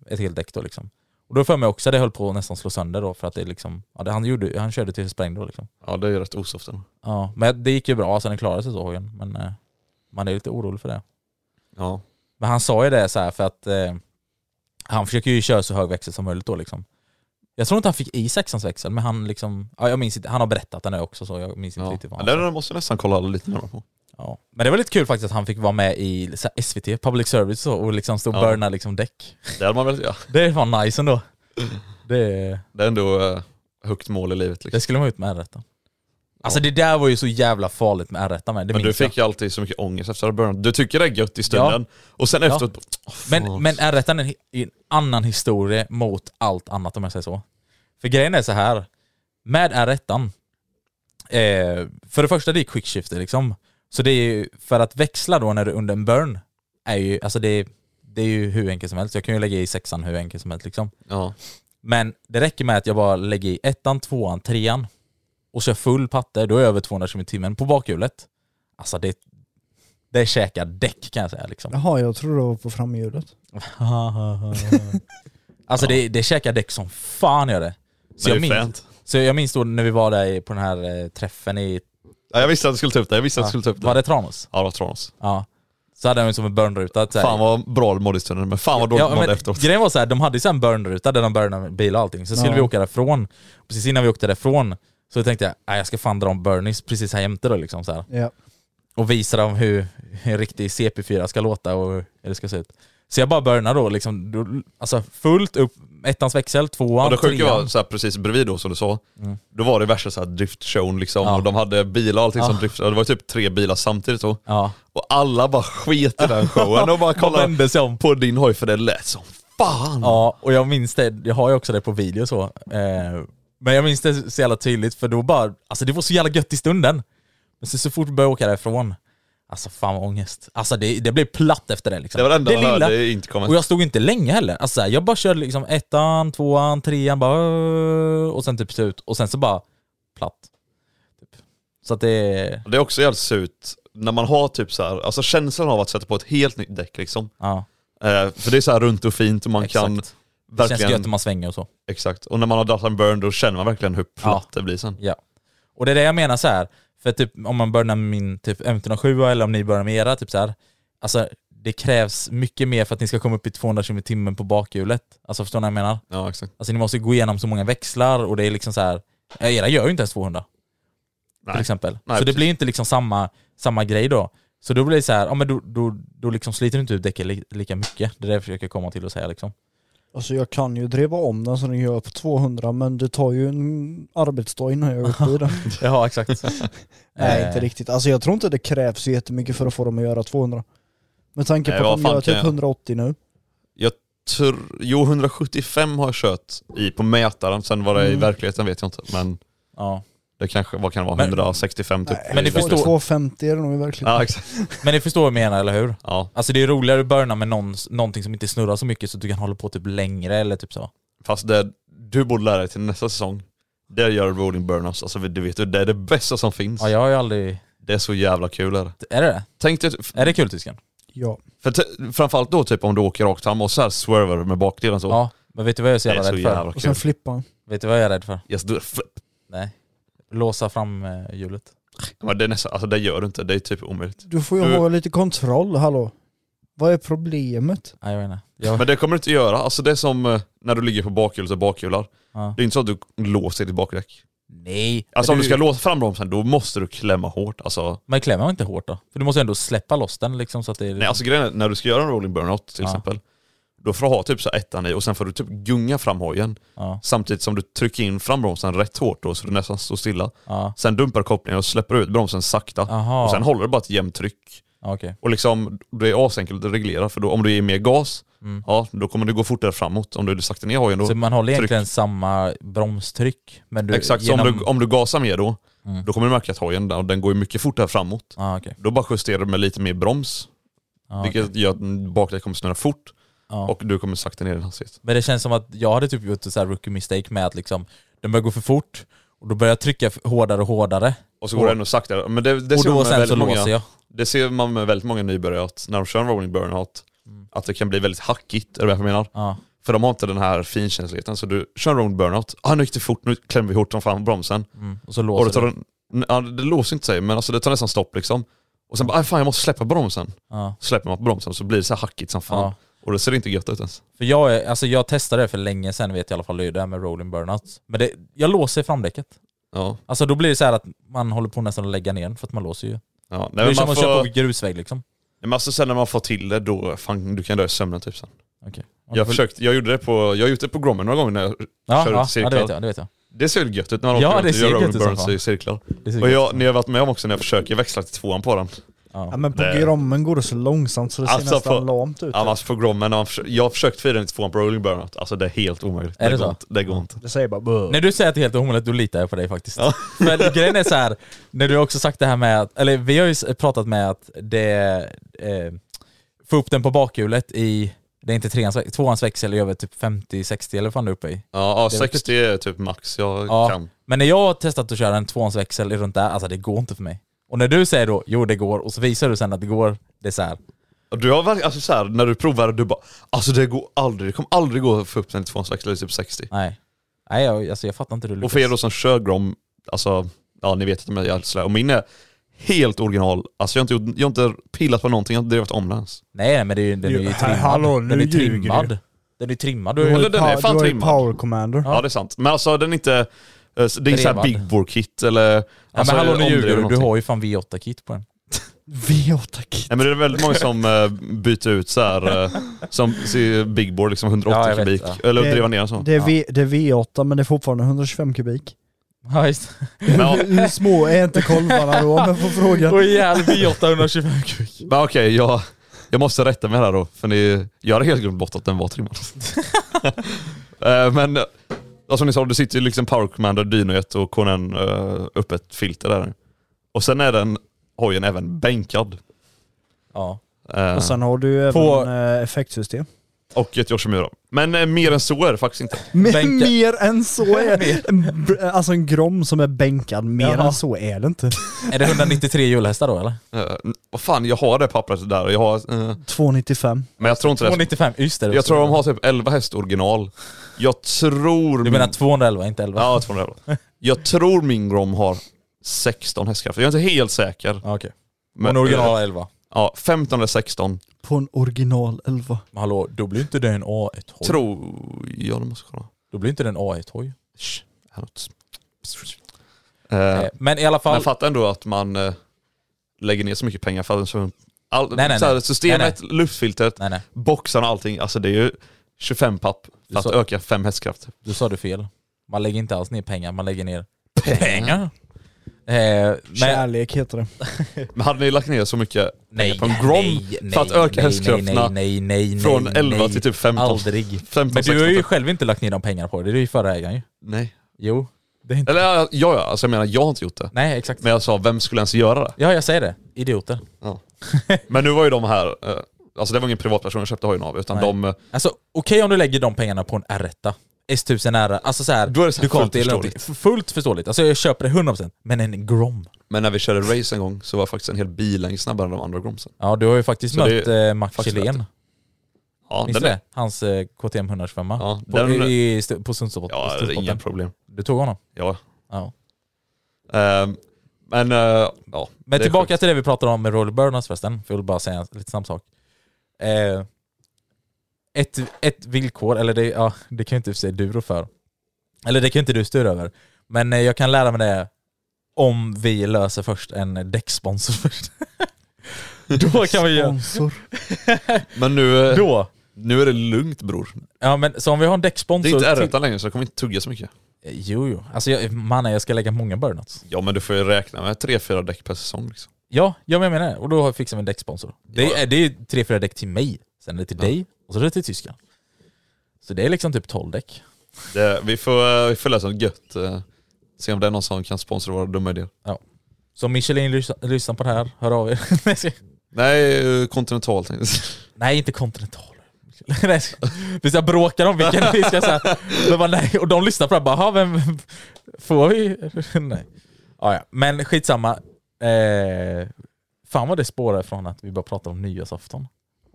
S1: ett helt däck då liksom. Och då för mig också det höll på att nästan slå sönder då för att det liksom, ja, det, han, gjorde, han körde till det sprängde då liksom.
S2: Ja det är ju rätt osoft ändå.
S1: Ja, men det gick ju bra, sen det klarade sig så hojen. Men eh, man är lite orolig för det.
S2: Ja.
S1: Men han sa ju det så här för att eh, han försöker ju köra så hög växel som möjligt då liksom. Jag tror inte han fick i sexans växel, men han liksom, ja, jag minns inte, han har berättat den här också så jag minns inte
S2: Ja.
S1: riktigt vad
S2: Ja,
S1: han
S2: det
S1: sa.
S2: där måste jag nästan kolla lite närmare på.
S1: Ja. Men det var lite kul faktiskt att han fick vara med i så här, SVT, public service och, och liksom stå och
S2: Ja.
S1: burna liksom däck.
S2: Det hade man väl, ja.
S1: Det var nice ändå. Det,
S2: Det är ändå eh, högt mål i livet liksom.
S1: det skulle man ut med r Alltså det där var ju så jävla farligt med r med, det
S2: Men du
S1: minns jag.
S2: fick ju alltid så mycket ångest efter att ha börjat. Du tycker det är gött i stunden, och sen efteråt bara, "Åh, fan."
S1: Men, men är rätten en, hi- en annan historia mot allt annat om jag säger så? För grejen är så här med r eh, för det första det är quickshifter liksom. Så det är ju, för att växla då när du är under en burn, är ju, alltså det, är- det är ju hur enkelt som helst. Jag kan ju lägga i sexan hur enkelt som helst liksom.
S2: Ja.
S1: Men det räcker med att jag bara lägger i ettan, tvåan, trean och kör full patte, då är jag över 200 km i timmen på bakhjulet. Alltså det, det käkar däck kan jag säga liksom.
S3: Jaha, jag tror det var på framhjulet.
S1: alltså det, det käkar däck som fan gör det. Så, jag
S2: Men det är
S1: minns,
S2: fränt.
S1: så jag minns då när vi var där i- på den här eh, träffen i...
S2: Ja, jag visste att du skulle ta upp det, jag visste att du
S1: ja,
S2: skulle ta upp det.
S1: var det Tranås?
S2: Ja det var Tranås.
S1: Ja. Så hade de som en burnruta. att så här-
S2: Fan vad bra du mådde i stunden, men fan vad dåligt du
S1: ja,
S2: mådde
S1: men
S2: efteråt.
S1: Grejen var så här, de hade ju så här en burnruta där de burnade med bil och allting. Så skulle
S3: Ja.
S1: vi åka därifrån, precis innan vi åkte därifrån så tänkte jag "Nej, jag ska fan dra om burnies precis här jämte då liksom så här.
S3: Ja.
S1: och visa dem hur hur en riktig CP4 ska låta och hur det ska se ut. Så jag bara började då, liksom, då alltså fullt upp, ettans växel,
S2: Ja,
S1: tvåan,
S2: det sjuka var
S1: trean.
S2: så här, precis bredvid då som du sa,
S1: Mm.
S2: då var det värsta så här driftshown liksom
S1: Ja. Ah.
S2: och de hade bilar och allting som
S1: Ja.
S2: driftade, det var typ tre bilar samtidigt då.
S1: Ja.
S2: Och alla bara sket i den showen och bara
S1: Man
S2: kollade
S1: vände sig om.
S2: på din hoj för det lät som fan!
S1: Ja, och jag minns det, jag har ju också det på video så. Eh, men jag minns det så jävla tydligt för då bara, alltså det var så jävla gött i stunden. Men så, så fort vi började åka därifrån, Alltså fan vad ångest. Alltså det, det blev platt efter det liksom.
S2: Det var det enda jag
S1: lilla.
S2: hörde i intercomen.
S1: Och jag stod inte länge heller. Alltså, så här, jag bara körde liksom ettan, tvåan, trean, bara, "Åh", och sen typ slut. Och sen så bara platt. Typ. Så att det...
S2: Det är också jävligt surt när man har typ så här, alltså känslan av att sätta på ett helt nytt däck liksom.
S1: Ja,
S2: Eh, för det är så här runt och fint och man
S1: exakt.
S2: kan
S1: det känns
S2: verkligen...
S1: gött när man svänger och så.
S2: Exakt. Och när man har done and burned då känner man verkligen hur platt det blir sen.
S1: Ja. Och det är det jag menar så här. För typ om man börjar med min typ M107 eller om ni börjar med era, typ så här. Alltså det krävs mycket mer för att ni ska komma upp i 200 km timmen på bakhjulet. Alltså förstår ni vad jag menar?
S2: Ja exakt.
S1: Alltså ni måste gå igenom så många växlar och det är liksom så här. eh, Era gör ju inte ens 200 till
S2: Nej.
S1: exempel.
S2: Nej,
S1: så det
S2: precis.
S1: blir inte liksom samma, samma grej då. Så då blir det så här, ja men då, då, då liksom sliter du inte ut däcket li, lika mycket. Det är det jag försöker komma till och säga liksom.
S3: Alltså jag kan ju driva om den så den gör på 200 men det tar ju en arbetsdag innan jag är uppe i den.
S1: Ja exakt.
S3: Nej
S1: Eh,
S3: inte riktigt. Alltså jag tror inte det krävs så jättemycket för att få dem att göra 200. Med tanke
S2: Nej,
S3: på
S2: vad
S3: att de
S2: fan
S3: gör
S2: kan
S3: typ
S2: jag?
S3: 180 nu.
S2: Tur, jo 175 har jag kört i, på mätaren, sen var det i
S3: Mm.
S2: verkligheten vet jag inte. Men
S1: Ja.
S2: det kanske, vad kan det vara,
S1: Men-
S2: 165 typ.
S3: Nej,
S1: Men ni
S2: i-
S1: förstår-
S3: 250 är det nog i verkligheten.
S2: Ja exakt.
S1: Men ni förstår vad jag menar, eller hur?
S2: Ja.
S1: Alltså det är roligare att börja med någon, någonting som inte snurrar så mycket så att du kan hålla på typ längre eller typ så.
S2: Fast det, du borde lära dig till nästa säsong. Det gör rolling burnouts, alltså du vet, det är det bästa som finns.
S1: Ja jag har ju aldrig...
S2: Det är så jävla kul är det.
S1: Är det det?
S2: Tänk dig,
S1: Är det kul tysken?
S3: Ja.
S2: för t- framförallt då typ om du åker rakt fram och så här swervar du med bakdelen så.
S1: Ja. Men vet du vad jag är så
S2: det
S1: jävla
S2: är så
S1: rädd för?
S2: jävla
S3: Och
S2: kul.
S3: sen flippa.
S1: Vet du vad jag är rädd för?
S2: Yes, du, flip.
S1: Nej. Låsa fram eh, hjulet.
S2: Men det är nästan, alltså det gör du inte, det är typ omöjligt.
S3: Du får ju
S2: Du-
S3: ha lite kontroll, hallå. Vad är problemet?
S1: Nej jag vet inte. Jag,
S2: Men det kommer du inte göra, alltså det är som eh, när du ligger på bakhjulet och bakhjular.
S1: ja.
S2: Det är inte så att du låser ditt bakdäck.
S1: Nej.
S2: Alltså
S1: men
S2: om du ska låsa fram bromsen då måste du klämma hårt. Alltså,
S1: Men klämmer man inte hårt då? För du måste ändå släppa loss den liksom så att det är...
S2: nej, alltså grejen är, när du ska göra en rolling burnout till
S1: Ja.
S2: exempel, då får du ha typ så här ettan i och sen får du typ gunga fram hojen
S1: Ja,
S2: samtidigt som du trycker in frambromsen rätt hårt då så du nästan står stilla.
S1: ja.
S2: Sen dumpar kopplingen och släpper ut bromsen sakta.
S1: Aha.
S2: Och sen håller du bara ett jämnt tryck.
S1: Ja, okej.
S2: Och liksom, det är asenkelt att reglera för då, om du ger mer gas,
S1: Mm.
S2: ja då kommer det gå fortare framåt. Om du saktar ner hojen då,
S1: Så man håller
S2: tryck.
S1: egentligen samma bromstryck men du... Mm.
S2: Exakt, så om du, om du gasar mer då, då kommer du märka att hojen den, den går ju mycket fortare framåt.
S1: Ja okej.
S2: Då bara justerar du med lite mer broms,
S1: Ja, okej.
S2: vilket gör att bakdäck kommer snurra fort
S1: Ja.
S2: och du kommer sakta ner din hastighet.
S1: Men det känns som att jag hade typ gjort ett så här rookie mistake med att liksom, den börjar gå för fort och då börjar jag trycka f- hårdare och hårdare.
S2: Och så går det ännu saktare. Men det, det,
S1: och
S2: ser man
S1: då
S2: med
S1: sen så
S2: väldigt
S1: låser
S2: många,
S1: jag.
S2: det ser man med väldigt många nybörjare att när de kör en rolling burnout,
S1: Mm.
S2: att det kan bli väldigt hackigt, är det vad jag menar?
S1: Ja.
S2: För de har inte den här finkänsligheten. Så du kör en rolling burnout, ah nu gick det fort, nu klämmer vi hårt som fan bromsen.
S1: Mm. Och så
S2: Och det,
S1: låser
S2: tar
S1: du.
S2: en, ja, det låser inte sig, men alltså det tar nästan stopp liksom. Och sen bara, ah, fan jag måste släppa bromsen.
S1: Ja.
S2: släpper man på bromsen så blir det så här hackigt som fan.
S1: Ja.
S2: Och det ser inte gött ut ens.
S1: För jag, är, alltså jag testade det för länge sedan vet jag i alla fall, det är ju det här med rolling burnouts. Men det, jag låser framdäcket.
S2: Ja.
S1: Alltså då blir det så här att man håller på nästan att lägga ner den för att man låser ju.
S2: ja.
S1: det
S2: Nej,
S1: är
S2: men
S1: som
S2: man
S1: att köra
S2: får,
S1: på grusväg liksom.
S2: men alltså sen när man får till det då, fan du kan dö i sömnen typ sen.
S1: Okej. Ja,
S2: Jag,
S1: för-
S2: försökte, jag gjorde det på, jag har gjort det på Grommen några gånger när jag
S1: ja,
S2: kör
S1: ja, ja,
S2: cirklar.
S1: det vet jag. Det vet jag.
S2: Det ser väl gött ut när man
S1: Ja,
S2: åker
S1: det
S2: runt och
S1: ser
S2: gör
S1: gött ut som
S2: rolling burns
S1: fan.
S2: i cirklar.
S1: Det ser
S2: Och
S1: gött
S2: jag,
S1: ut.
S2: ni har varit med om också när jag försöker växla till tvåan på den.
S3: Ja, men på
S2: Det-
S3: grommen går det så långsamt så det ser
S2: Alltså,
S3: nästan
S2: på-
S3: lamt ut.
S2: Ja, men alltså på Grommen, när man försö- jag har försökt fira den till tvåan på rolling burnout. Alltså det är helt omöjligt.
S1: Är det
S2: går
S1: så?
S2: inte. Det går inte.
S3: Det säger bara "Bö."
S1: När du säger att det är helt omöjligt, då litar jag på dig faktiskt.
S2: Ja.
S1: Men grejen är så här, när du har också sagt det här med att, eller vi har ju s- pratat med att det, eh, få upp den på bakhjulet i, det är inte treans, vä- tvåans växel är över typ 50-60 eller vad fan du är uppe i.
S2: Ja, ja
S1: Det är väl
S2: 60 är typ max jag
S1: Ja.
S2: kan.
S1: Men när jag har testat att köra en tvåans växel runt där, alltså det går inte för mig. Och när du säger då, jo det går, och så visar du sen att det går, det är så här.
S2: Och Du har verkligen, alltså så här, när du provar, du bara Alltså det går aldrig, det kommer aldrig gå att få upp den till tvåansväxel i typ 60.
S1: nej. Nej jag, alltså jag fattar inte hur du
S2: Och för er då som kör Grom, alltså, ja ni vet att de är jävligt slö. Och min är helt original. Alltså jag har inte, gjort, jag har inte pillat på någonting, jag har inte drivit om den ens.
S1: Nej men det är, ju- den är ju
S3: Jo,
S1: trimmad.
S3: hallå, nu
S1: den är
S3: ljuger du.
S1: trimmad. Den är trimmad.
S2: Du har
S1: Du,
S2: ju- den är fan
S3: du har ju
S2: trimmad.
S3: power commander.
S2: Ja. det är sant. Men alltså den är inte, eh, det är inte såhär
S1: Drevad.
S2: big bore kit eller...
S1: ja,
S2: Alltså,
S1: men hallå nu
S2: omdrev
S1: ljuger du,
S2: eller
S1: du
S2: någonting.
S1: har ju fan V8-kit på den.
S3: V8 kit.
S2: Nej men det är väldigt många som eh, byter ut såhär, eh, som ser big bore liksom 180
S1: Ja, jag vet,
S2: kubik. Eller
S3: Det-
S2: driva ner den så.
S3: Det är, v, det är V8 men det är fortfarande 125 kubik.
S1: Ja just
S2: Men, ja,
S3: Hur små är inte kolvarna då? Men får frågan.
S1: Och ihjäl V825 kubik.
S2: men okej, jag, jag måste rätta mig här då. För ni, jag hade helt glömt bort att den var trimmad. Eh, men eh, ja, som ni sa, det sitter ju liksom Power Commander, Dynojet och eh, Conan uh, upp ett filter där. Och sen är den hojen även bänkad.
S1: Ja.
S2: Eh,
S3: Och sen har du ju
S1: På-
S3: även eh, effektsystem.
S2: och ett Yoshimura. Men eh, mer än så är det faktiskt inte.
S3: Men
S1: Bänka-
S3: mer än så är en br- Alltså en grom som är bänkad, mer
S1: Ja.
S3: än så är det inte.
S1: Är det 193 hjulhästar då eller?
S2: Eh, vad fan, jag har det pappret där. och Jag har, eh,
S3: 295.
S2: men jag tror inte det.
S1: 295, just det.
S2: Jag tror de har typ 11 häst original. Jag tror...
S1: Du menar 211, inte 11?
S2: Ja, 211. Jag tror min Grom har 16 hästkrafter. Jag är inte helt säker.
S1: Ja, Okej.
S2: Men, eh,
S1: Hon original har 11.
S2: Ja, 15 eller 16.
S3: På en original 11.
S1: Men hallå, då blir inte det en A1-hoj.
S2: Tror jag, det måste jag kolla.
S1: Då blir inte det en A1-hoj.
S2: Shh, här något. Eh,
S1: Eh, Men i alla fall,
S2: Men fatta ändå att man eh, lägger ner så mycket pengar för att så, all,
S1: Nej, nej,
S2: så här,
S1: nej.
S2: systemet,
S1: Nej,
S2: luftfiltret,
S1: nej nej,
S2: boxarna och allting. Alltså det är ju 25 papp
S1: Du
S2: för att
S1: sa-
S2: öka 5 hästkrafter.
S1: du sa du fel. Man lägger inte alls ner pengar, man lägger ner
S2: Pengar?
S1: pengar. Eh, men,
S3: Kärlek heter det.
S2: Men hade ni lagt ner så mycket pengar
S1: nej,
S2: på en Grom
S1: nej, nej,
S2: för att öka
S1: nej,
S2: hästkrafterna
S1: nej, nej, nej, nej,
S2: från
S1: nej,
S2: 11
S1: nej.
S2: till typ 15?
S1: Aldrig.
S2: 15
S1: Men du har
S2: 16.
S1: ju själv inte lagt ner de pengarna på det, det är ju förra ägaren ju.
S2: Nej.
S1: Jo. Det är inte...
S2: Eller ja, ja, alltså jag menar jag har inte gjort det.
S1: Nej, exakt.
S2: Men jag sa, vem skulle ens göra det?
S1: Ja, jag säger det. Idioter.
S2: Men nu var ju de här, eh, alltså det var ingen privatperson som köpte hojen av, utan
S1: Nej.
S2: de... eh,
S1: Alltså okej om du lägger de pengarna på en R1, S1000 R, alltså såhär,
S2: Då är det så här fullt
S1: Ducati eller någonting. Fullt förståeligt. Alltså jag köper det 100%, men en Grom.
S2: Men när vi körde race en gång så var faktiskt en hel bil längre snabbare än de andra gromsen.
S1: Ja, du har ju faktiskt
S2: Så
S1: mött
S2: det
S1: eh, Max
S2: faktiskt
S1: Helén.
S2: bättre. Ja,
S1: Minns du det? Hans eh, KTM 125
S2: Ja,
S1: på,
S2: den-
S1: i, i, st- på Sundsbotten.
S2: Ja, det är inga problem.
S1: Du tog honom.
S2: Ja.
S1: Ja.
S2: Ehm, men eh, ja.
S1: Men
S2: det är
S1: tillbaka
S2: sjukt.
S1: till det vi pratade om med Roller Burners förresten, för jag vill bara säga en lite snabb sak. Eh, ett, ett villkor, eller det, ja, det kan ju inte säga du rå för. Eller det kan ju inte du styra över. Men eh, jag kan lära mig det om vi löser först en däcksponsor först. Då kan vi göra...
S3: Sponsor.
S2: Men nu, eh,
S1: Då!
S2: nu är det lugnt bror.
S1: Ja men så om vi har en
S2: Det
S1: däcksponsor...
S2: är inte
S1: till-
S2: r längre så jag kommer inte tugga så mycket.
S1: Eh, Jo, jo. Alltså jag, mannen, jag ska lägga många burnouts.
S2: Ja men du får ju räkna med 3-4 däck per säsong liksom.
S1: Ja, ja men jag menar det. Och då fixar vi en däcksponsor. Det
S2: Ja.
S1: är, det är tre, fyra däck till mig, sen är det till
S2: Ja.
S1: dig, och så är det till Tyskland. Så det är liksom typ 12 däck.
S2: Det, vi, får, eh, vi får läsa något gött. eh, Se om det är någon som kan sponsra våra dumma idéer.
S1: Så om Michelin lyssnar, lyssnar på det här, hör av er. Nej, jag skojar.
S2: Nej, eh, Continental tänkte jag säga.
S1: nej, inte Continental. Nej, jag skojar. Vi ska bråka om vilken vi ska säga. De bara, nej. Och de lyssnar på det här, bara, "Ha, vem får vi? Nej. Ja, ja. Men skitsamma. Eh, fan vad det spårar från att vi bara pratar om nyårsafton.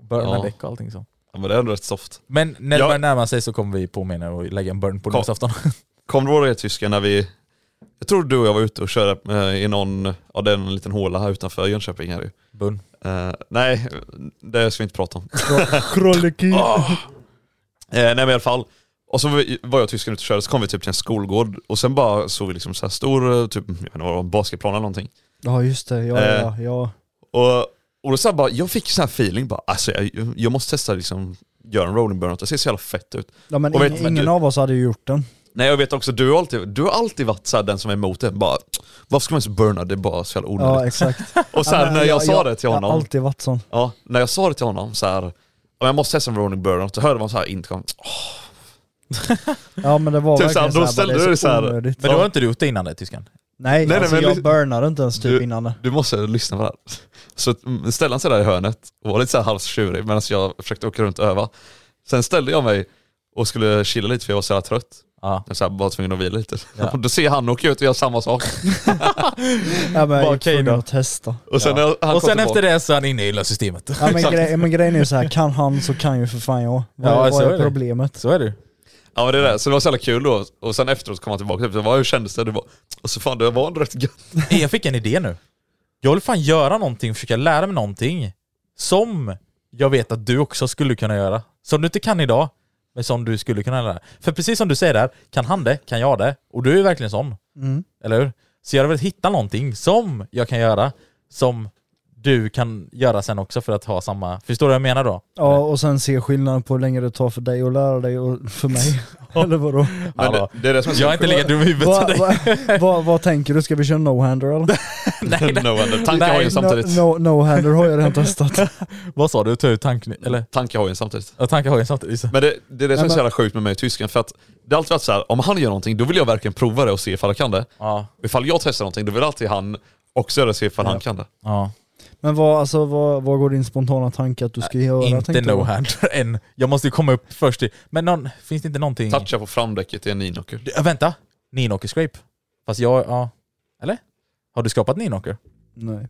S1: Börja med
S2: Ja.
S1: däck och allting sånt.
S2: Ja, men det är ändå rätt soft.
S1: Men när det
S2: Ja.
S1: börjar närma sig så kommer vi påminna och lägga en burn på
S2: Kom.
S1: nyårsafton.
S2: Kommer du ihåg det tyska när vi... Jag tror du och jag var ute och körde eh, i någon... Ja det är en liten håla här utanför Jönköping här ju.
S1: Burn.
S2: Eh, nej, det ska vi inte prata om.
S3: Kroleki.
S2: Ah. Eh, nej men i alla fall. Och så var vi- var jag och tysken ute och körde, så kom vi typ till en skolgård och sen bara såg vi liksom så här stor, eh, typ, jag vet inte vad det var, en basketplan eller någonting.
S3: Ja just det, ja,
S2: Eh.
S3: ja, ja.
S2: Och, och då så här bara, jag fick sån här feeling bara, alltså jag, jag måste testa liksom, göra en rolling burnout, det ser så jävla fett ut.
S3: ja men
S2: Och vet-
S3: ingen,
S2: men
S3: ingen
S2: du-
S3: av oss hade ju gjort den.
S2: Nej jag vet också, du har alltid, du har alltid varit så här, den som är emot det, bara, varför ska man ens burna, det är bara så jävla onödigt.
S3: Ja exakt.
S2: och sen
S3: Ja, men
S2: när jag, sa det till
S3: Jag har
S2: honom,
S3: alltid varit sån.
S2: ja, när jag sa det till honom så här, "Ja, jag måste testa en rolling burnout, så hörde man så här intron,
S3: Ja men det var
S2: Typ
S3: verkligen
S2: såhär, då
S3: såhär, bara,
S2: ställde du
S3: så
S2: dig såhär.
S3: onödigt.
S1: Men då har inte du gjort det innan det, tyskan?
S3: Nej,
S2: nej,
S3: alltså,
S2: men
S3: jag
S2: ly-
S3: burnade inte ens typ
S2: Du-
S3: innan det.
S2: Du måste lyssna på det här. Så mm, ställde han sig där i hörnet och var lite så här halvt tjurig medan jag försökte åka runt och öva. Sen ställde jag mig och skulle chilla lite för jag var så jävla trött.
S1: Ja.
S2: Jag var så här, bara tvungen att vila lite.
S1: Ja.
S2: Och Då ser han åka ut och gör samma sak.
S3: Ja men jag
S1: Bara,
S3: var
S1: okej
S3: tvungen
S1: då.
S3: att testa.
S2: Och
S1: Ja.
S2: sen, när han
S1: och
S2: kom
S1: sen efter
S2: tillbaka-
S1: det så är han inne i hela systemet.
S3: Ja, men, gre- men grejen är ju så här, kan han så kan ju för fan jag. Vad,
S1: Ja, så
S3: vad
S1: är
S3: är
S1: det.
S3: problemet?
S1: Så är det
S2: Ja men det är det. Så det var så jävla kul då. Och sen efteråt kom han tillbaka typ, så bara, hur kändes det? Du bara, och så fan det var ändå rätt gött.
S1: Hey, Jag fick en idé nu. Jag vill fan göra någonting, försöka lära mig någonting som jag vet att du också skulle kunna göra. Som du inte kan idag, men som du skulle kunna lära. För precis som du säger där, kan han det, kan jag det. Och du är ju verkligen sån,
S3: Mm.
S1: eller hur? Så jag hade velat hitta någonting som jag kan göra, som du kan göra sen också för att ha samma... Förstår du vad jag menar då?
S3: Ja och sen se skillnaden på hur länge det tar för dig att lära dig och för mig. Eller vadå?
S2: Men det,
S1: Hallå.
S2: det är det som är så
S1: Jag är inte lika dum i huvudet som
S3: Vad
S1: dig.
S3: va, va, vad tänker du? Ska vi köra no-hander eller?
S1: Nej, nej.
S2: no Tankehojen samtidigt.
S3: No- No, no-hander har jag redan testat.
S1: Vad sa du? Ta ut tanken... Eller?
S2: Tankehojen samtidigt.
S1: Ja, tankehojen samtidigt.
S2: Men det, det är det som är
S3: Nej,
S2: så
S3: men-
S2: jävla sjukt med mig och tysken för att det har alltid varit så här, om han gör någonting då vill jag verkligen prova det och se ifall jag kan det.
S1: Ja.
S2: Ifall jag testar någonting då vill alltid han också göra det och se ifall han kan det.
S1: Ja.
S3: Men vad, alltså, vad, vad går din spontana tanke att du ska göra?
S1: Äh, Inte
S3: tänkte jag?
S1: no hand än. Jag måste ju komma upp först. i- Men någon, finns det inte någonting...
S2: Toucha på framdäcket i en ninocker.
S1: D- äh, vänta! Ninocker scrape. Fast jag, ja... Eller? Har du skapat Ninocker?
S3: Nej.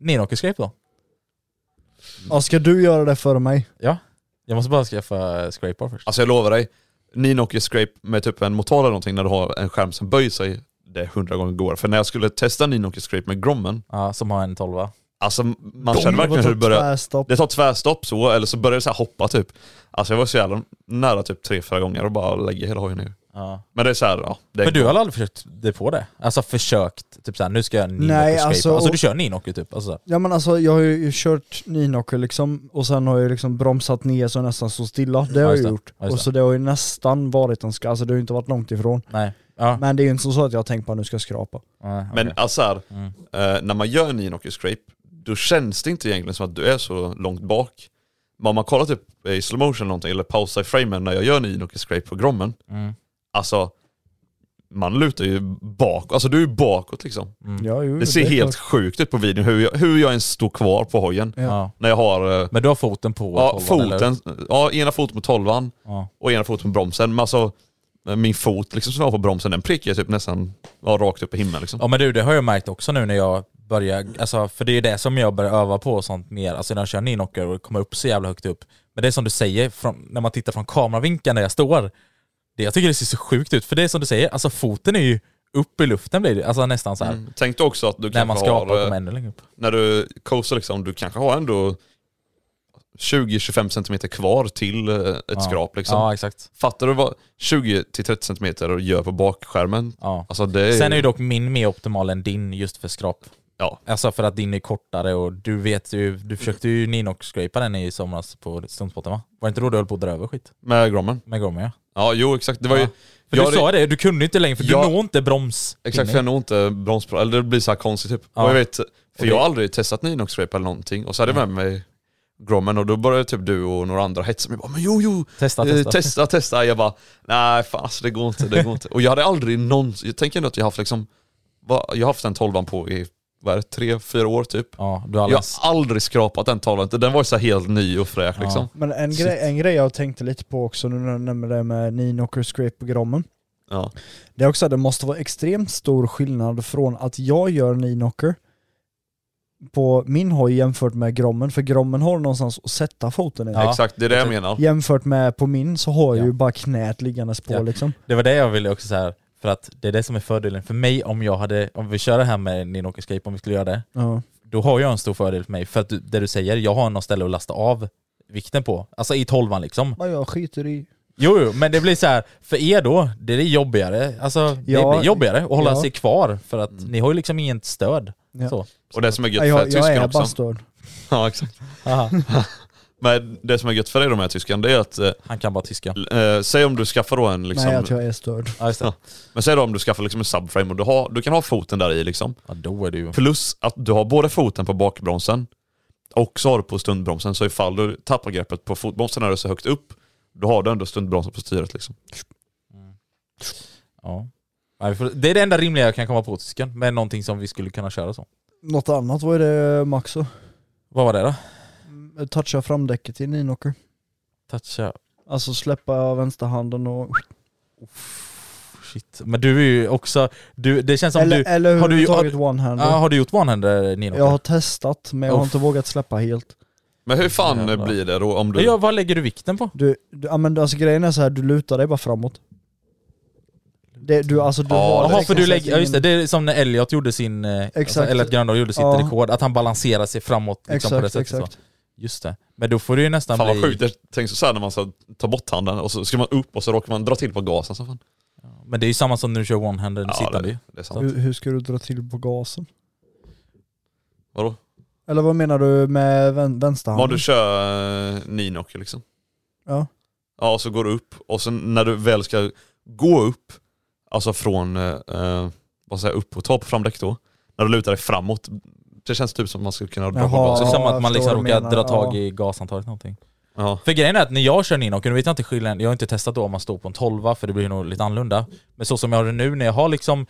S1: Ninocker scrape då?
S3: Ja, ska du göra det för mig?
S1: Jag måste bara skaffa scraper först.
S2: Alltså jag lovar dig, ninocker scrape med typ en motor eller någonting när du har en skärm som böjer sig, det är hundra gånger går. För när jag skulle testa ninocker scrape med grommen,
S1: Ja, som har en tolva.
S2: alltså man känner verkligen hur det börjar
S3: börjar...
S2: Det tar tvärstopp så, eller så börjar det så här hoppa typ. Alltså jag var så jävla nära typ tre, fyra gånger och bara lägga hela hojen ner.
S1: Ja.
S2: Men det är så här, ja. Det är
S1: Men du har aldrig försökt dig på det? Alltså försökt, typ såhär, nu ska jag Ninocker
S3: Nej,
S1: scrape.
S3: alltså-
S1: Alltså, du kör Ninocker typ? Alltså, så här.
S3: Ja men alltså jag har ju kört ninocker liksom, och sen har jag liksom bromsat ner så nästan så stilla. Det har jag
S1: just det.
S3: gjort.
S1: Ja, just
S3: och
S1: det.
S3: så det har ju nästan varit en ska, alltså det har ju inte varit långt ifrån.
S1: nej. Ja.
S3: Men det är ju inte så, så att jag har tänkt på att nu ska jag skrapa.
S1: Nej,
S2: Men
S1: okej.
S2: alltså så här,
S1: Mm.
S2: eh, när man gör en ninocker scrape, då känns det inte egentligen som att du är så långt bak. Men om man kollar typ i slow motion eller någonting, eller pausar i framen när jag gör en ninocker scrape på grommen,
S1: Mm.
S2: alltså man lutar ju bak, alltså du är ju bakåt liksom.
S1: Mm.
S3: Ja, jo,
S2: Det ser
S3: är
S2: helt
S3: klart.
S2: sjukt ut på videon hur jag, hur jag ens står kvar på hojen.
S3: Ja.
S1: Ja.
S2: När jag har eh,
S1: Men du har foten på
S2: ja,
S1: tolvan, eller?
S2: foten, ja, ena foten på tolvan,
S1: Ja.
S2: och ena foten på bromsen. Men alltså, min fot liksom som var på bromsen, den prickar ju typ nästan ja, rakt upp i himlen liksom.
S1: Ja men du, det har jag märkt också nu när jag börjar, alltså, för det är ju det som jag börjar öva på och sånt mer, alltså när jag kör ninocker och kommer upp så jävla högt upp. Men det är som du säger, från, när man tittar från kameravinkeln där jag står, det, jag tycker det ser så sjukt ut, för det är som du säger, alltså foten är ju upp i luften blir det, alltså nästan så här.
S2: Mm. Tänk dig också att du
S1: När man
S2: kanske
S1: skrapar
S2: har,
S1: kommer
S2: eh,
S1: ännu längre upp.
S2: när du coastar liksom, du kanske har ändå 20-25 centimeter kvar till eh, ett skrap liksom.
S1: Ja exakt.
S2: Fattar du vad 20-30 centimeter och gör på bakskärmen?
S1: Ja.
S2: Alltså det är,
S1: Sen är ju dock min mer optimal än din just för skrap.
S2: Ja.
S1: Alltså för att din är kortare och du vet ju, du försökte ju ninock-scrapa den i somras på stuntspotten va? Var det inte då du höll på att dra över skit?
S2: med grommen.
S1: Med Gomer ja.
S2: Ja, jo exakt. Det var ju...
S1: Ja. För du
S2: jag hade-
S1: sa det, du kunde inte längre för
S2: Ja.
S1: du når inte broms.
S2: Exakt, för jag når inte bromspro, eller det blir så här konstigt typ.
S1: Ja.
S2: Och jag vet, för
S1: Och
S2: jag har
S1: det-
S2: aldrig testat Ninox Rape eller någonting, och så hade jag med mig Grommen och då började typ du och några andra hetsa mig bara men jo jo,
S1: Testa,
S2: eh,
S1: testa.
S2: testa, testa. Jag bara nej fan alltså, det går inte, det går inte. Och jag hade aldrig någonsin, jag tänker ändå att jag haft liksom, vad, jag har haft den tolvan på i, vad är det, tre, fyra år typ.
S1: Ja, du har
S2: Jag
S1: alldeles...
S2: har aldrig skrapat den tolvan, den var ju så här helt ny och fräsch
S1: Ja.
S2: liksom.
S3: Men en
S1: Shit.
S3: grej, en grej jag tänkte lite på också nu när du nämner det med ninocker scrape på grommen.
S2: Ja.
S3: Det är också att det måste vara extremt stor skillnad från att jag gör ninocker på min hoj jämfört med grommen, för grommen har någonstans att sätta foten i.
S1: Ja.
S2: Exakt, det är det jag menar.
S3: Jämfört med på min så har jag
S1: Ja.
S3: ju bara knät liggandes på
S1: Ja.
S3: liksom.
S1: Det var det jag ville också så här. för att det är det som är fördelen för mig om jag hade, om vi kör det här med ninock escape om vi skulle göra det,
S3: Ja.
S1: då har jag en stor fördel för mig, för att du, det du säger, jag har något ställe att lasta av vikten på. Alltså i tolvan liksom.
S3: Vad jag skiter i.
S1: Jo, jo men det blir så här. för er då, det är jobbigare, alltså det
S3: Ja.
S1: blir jobbigare att hålla
S3: Ja.
S1: sig kvar, för att ni har ju liksom inget stöd.
S3: Ja.
S1: Så.
S2: Och det som är gött
S3: Ja,
S2: för
S3: jag, jag
S2: tysken
S3: är
S2: också.
S3: bara störd.
S2: Ja, exakt.
S1: Haha,
S2: Men det som är gött för dig då med tysken, det är att eh,
S1: Han kan bara tyska.
S2: Eh, säg om du skaffar då en liksom,
S3: Nej, att jag är störd.
S1: Ja, just det.
S2: men säg då om du skaffar liksom en subframe och du, har, du kan ha foten där i liksom.
S1: Ja, då är du ju...
S2: Plus att du har både foten på bakbromsen och så har du på stundbromsen. Så ifall du tappar greppet på fotbromsen när du är så högt upp, då har du ändå stundbromsen på styret liksom.
S1: Ja. Ja, vi får- Det är det enda rimliga jag kan komma på tysken, men någonting som vi skulle kunna köra så.
S3: Något annat var ju det Max då?
S1: Vad var det då?
S3: Mm, Toucha framdäcket i ninocker.
S1: Toucha...
S3: Alltså släppa vänsterhanden och...
S1: Shit. Men du är ju också... Du, det känns som
S3: eller
S1: du...
S3: eller
S1: har du ju-
S3: överhuvudtaget one-hander.
S1: Ja, har du gjort one-hander Nino?
S3: jag har testat men jag har inte vågat släppa helt.
S2: Men hur fan eh,
S1: Jävlar.
S2: blir det då om du...
S1: ja, vad lägger du vikten på?
S3: Du, du, ja, men alltså grejen är så här, du lutar dig bara framåt. Det, du, alltså, du
S2: Ja, det
S1: Jaha, för
S3: liksom
S1: du
S3: så
S1: lägger... Ja just det,
S3: ingen-
S1: det är som när Elliot gjorde sin... eh, Alltså,
S3: Exakt.
S1: Elliot Gröndal gjorde sitt
S3: Ja.
S1: rekord, att han balanserar sig framåt liksom, på det
S3: Exakt,
S1: sättet.
S3: exakt.
S1: Så. Just det. Men då får du ju nästan
S2: Fan vad
S1: bli...
S2: sjukt, jag tänkte såhär när man ska ta bort handen och så ska man upp och så råkar man dra till på gasen så fan.
S1: Men det är ju samma som när du kör one-hander sittande ju.
S2: det, det är sant.
S3: Hur, hur ska du dra till på gasen?
S2: Vadå?
S3: Eller vad menar du med vän,
S2: Men Om
S3: vänsterhanden?
S2: du kör eh, ninocker liksom.
S3: Ja.
S2: Ja, och så går du upp och sen när du väl ska gå upp, alltså från, eh, eh, vad säger jag, upp och ta på framdäck då, när du lutar dig framåt, det känns typ som att man skulle kunna dra på
S3: Jaha.
S1: Så det är
S2: gasen.
S1: som
S3: Ja,
S1: att man
S3: jag förstår
S1: liksom
S3: vad du
S1: råkar
S3: menar.
S1: dra tag
S3: Ja.
S1: i gasantaget någonting.
S2: Ja.
S1: För grejen är att när jag kör ninocker, nu vet jag inte skillnaden, jag har inte testat då om man står på en tolva för det blir nog lite annorlunda. Men så som jag har det nu när jag har liksom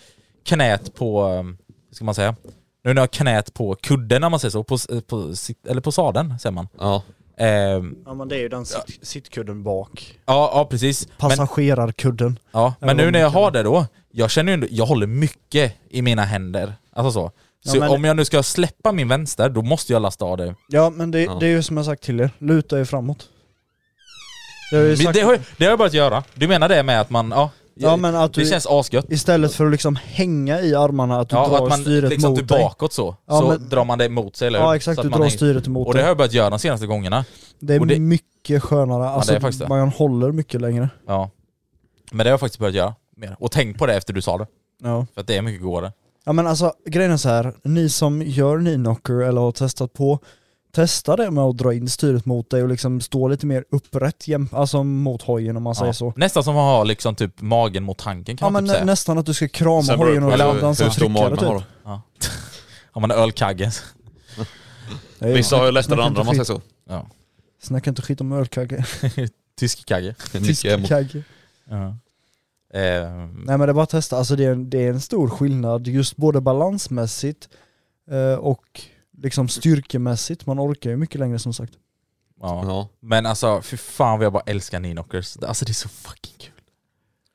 S1: knät på, eh, hur ehm, ska man säga, Nu när jag har knät på kudden, om man säger så, på, s- eh, på, sitt- eller på sadeln säger man.
S2: Ja.
S1: Ehm,
S4: Ja men det är ju den sit- sittkudden bak.
S1: ja, ja, precis. Men-
S3: Passagerarkudden.
S1: Ja, men
S3: vad
S1: nu när jag
S3: mycket
S1: har det då, jag känner ju ändå, jag håller mycket i mina händer. Alltså så. Så
S3: Ja, men-
S1: om jag nu ska släppa min vänster, då måste jag lasta av det.
S3: Ja men det,
S2: Ja.
S3: det är ju som jag sagt till er, luta er framåt. Det har jag ju
S1: Men
S3: sagt,
S1: det, har, jag- det har jag börjat göra. Du menar det med att man, ja.
S3: ja, men att
S1: det
S3: du,
S1: känns asgött.
S3: istället för att liksom hänga i armarna, att du
S1: Ja, och
S3: drar
S1: att man
S3: styret
S1: liksom
S3: mot dig.
S1: bakåt så.
S3: Ja,
S1: så
S3: men-
S1: drar man det mot sig, eller hur?
S3: Ja exakt,
S1: så att
S3: du
S1: man
S3: drar
S1: är-
S3: styret emot
S1: Och det har
S3: dig.
S1: jag börjat göra de senaste gångerna.
S3: Det är
S1: och det-
S3: mycket skönare, alltså
S1: det är faktiskt det.
S3: man håller mycket längre.
S1: Ja. Men det har jag faktiskt börjat göra mer. Och tänk på det efter du sa det.
S3: Ja.
S1: För att det är mycket godare.
S3: Ja men alltså grejen är så här. ni som gör knee-knocker eller har testat på, testa det med att dra in styret mot dig och liksom stå lite mer upprätt, jäm- alltså mot hojen om man säger
S1: Ja.
S3: så.
S1: Nästan som att ha liksom typ magen mot tanken kan
S3: Ja
S1: man
S3: men
S1: typ säga.
S3: nästan att du ska krama
S2: Sen beror det
S3: hojen
S2: på
S3: och
S2: hur-
S3: landa så
S2: hur stor
S3: trycka
S2: mag
S3: det
S2: man
S3: typ.
S2: har.
S1: Har man ölkagge.
S3: Nej,
S2: Vissa har ju lättare än
S3: snacka
S2: andra om
S3: inte
S2: man säger
S3: skit-
S2: så.
S3: typ. Snacka inte skit om ölkagge.
S1: Tyskkagge.
S2: Mycket emot.
S3: Kagge.
S1: Ja. Ehm,
S3: Nej men det är bara att testa, alltså det är, en- det är en stor skillnad just både balansmässigt eh, och liksom styrkemässigt. Man orkar ju mycket längre som sagt.
S1: ja.
S2: Ja.
S1: Men alltså för fan vad jag bara älskar Ninockers. Alltså det är så fucking kul.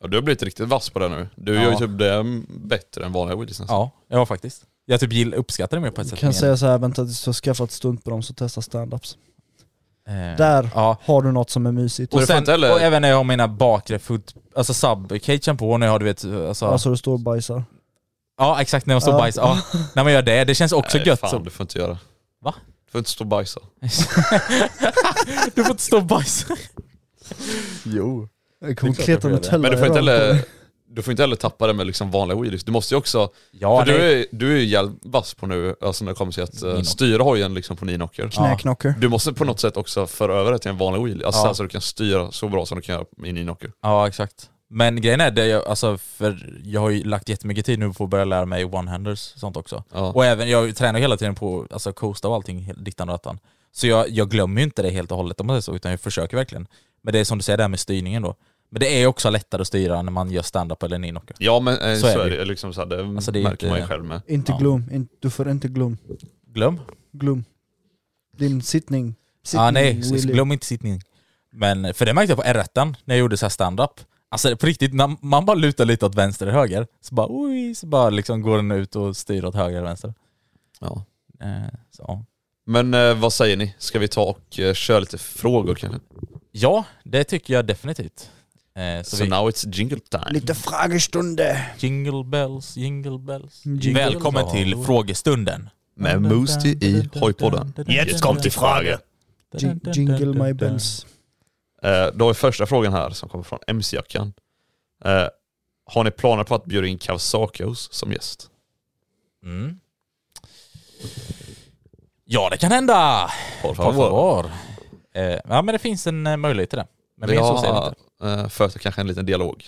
S2: Ja, du har blivit riktigt vass på det nu. Du
S1: Ja.
S2: gör ju typ det bättre än vanliga widgets nästan.
S1: Ja, ja faktiskt. Jag typ gill, uppskattar det mer på ett
S3: Jag
S1: sätt.
S3: kan
S1: än-
S3: säga så här, vänta tills du har skaffat stuntbroms och testa standups.
S1: Ehm,
S3: Där
S1: Ja.
S3: har du något som är mysigt.
S2: Och-
S1: Och,
S2: det
S1: sen,
S2: fint, eller?
S1: och även när jag har mina bakre foot, alltså subcagen på, när jag har du vet, alltså,
S3: Alltså du står och bajsar.
S1: Ja exakt, när jag står
S3: Ja.
S1: och bajsar. Ja. När man gör det, det känns också
S2: Nej,
S1: gött.
S2: Fan,
S1: Så.
S2: du får inte göra.
S1: Va?
S2: Du får inte stå och bajsa.
S1: Du får inte stå och bajsa.
S3: Jo.
S1: klart jag
S3: Konkreta
S1: får göra det.
S3: Nutella.
S2: Men du får
S3: är
S2: inte
S3: rakt
S2: heller,
S3: upp.
S2: du får inte heller tappa det med liksom vanliga widgets. Du måste ju också,
S1: Ja,
S2: för du
S1: nej.
S2: är, du är ju jävligt vass på nu, alltså när det kommer till att uh,
S1: Ninock.
S2: styra hojen liksom på ninocker.
S1: Ja.
S3: Knäknocker.
S2: Du måste på något sätt också föra över det till en vanlig wheel, alltså
S1: Ja.
S2: så här så du kan styra så bra som du kan göra i ninocker.
S1: ja exakt. Men grejen är, det jag, alltså, för jag har ju lagt jättemycket tid nu på att börja lära mig one-handers och sånt också.
S2: Ja.
S1: Och även, jag tränar hela tiden på alltså coasta och allting, he- dittan och dattan. Så jag, jag glömmer ju inte det helt och hållet om man säger så, utan jag försöker verkligen. Men det är som du säger, det här med styrningen då. Men det är också lättare att styra när man gör stand-up eller ninocker.
S2: Ja men eh,
S1: Så
S2: så,
S1: är
S2: är
S1: det
S2: det, liksom så här, det
S1: Alltså, det är
S2: märker
S1: inte-
S2: man ju själv med.
S3: Inte
S1: Ja.
S3: gloom. In, du får inte gloom.
S1: Glöm.
S3: Gloom. Din sittning. sittning
S1: Ah, nej, så
S3: Willy.
S1: glöm inte sittning. Men, för det märkte jag på r när jag gjorde så här stand-up. Alltså på riktigt, när man bara lutar lite åt vänster och höger, så bara oj, så bara liksom går den ut och styr åt höger och vänster.
S2: Ja.
S1: Eh, så. ja.
S2: Men eh, vad säger ni? Ska vi ta och eh, köra lite frågor kanske?
S1: Ja, det tycker jag definitivt. Eh,
S2: Så
S1: så vi,
S2: now it's jingle time.
S3: Lite frågestunde.
S1: jingle bells, jingle bells.
S3: Jingle
S1: Välkommen
S2: bells.
S1: till frågestunden.
S2: Med Moosty i hojpodden.
S5: Jetzt kommt die Frage.
S3: Jing- Jingle my bells.
S2: Eh, Då har vi första frågan här som kommer från MC-jackan. Eh, Har ni planer på att bjuda in Kawsakios som gäst?
S1: Mm. Ja, det kan hända.
S2: Por
S1: Por favor. Eh, ja, men det finns en eh, möjlighet till det. Men
S2: Vi
S1: mer så säger jag
S2: har
S1: inte.
S2: eh, för sig kanske en liten dialog.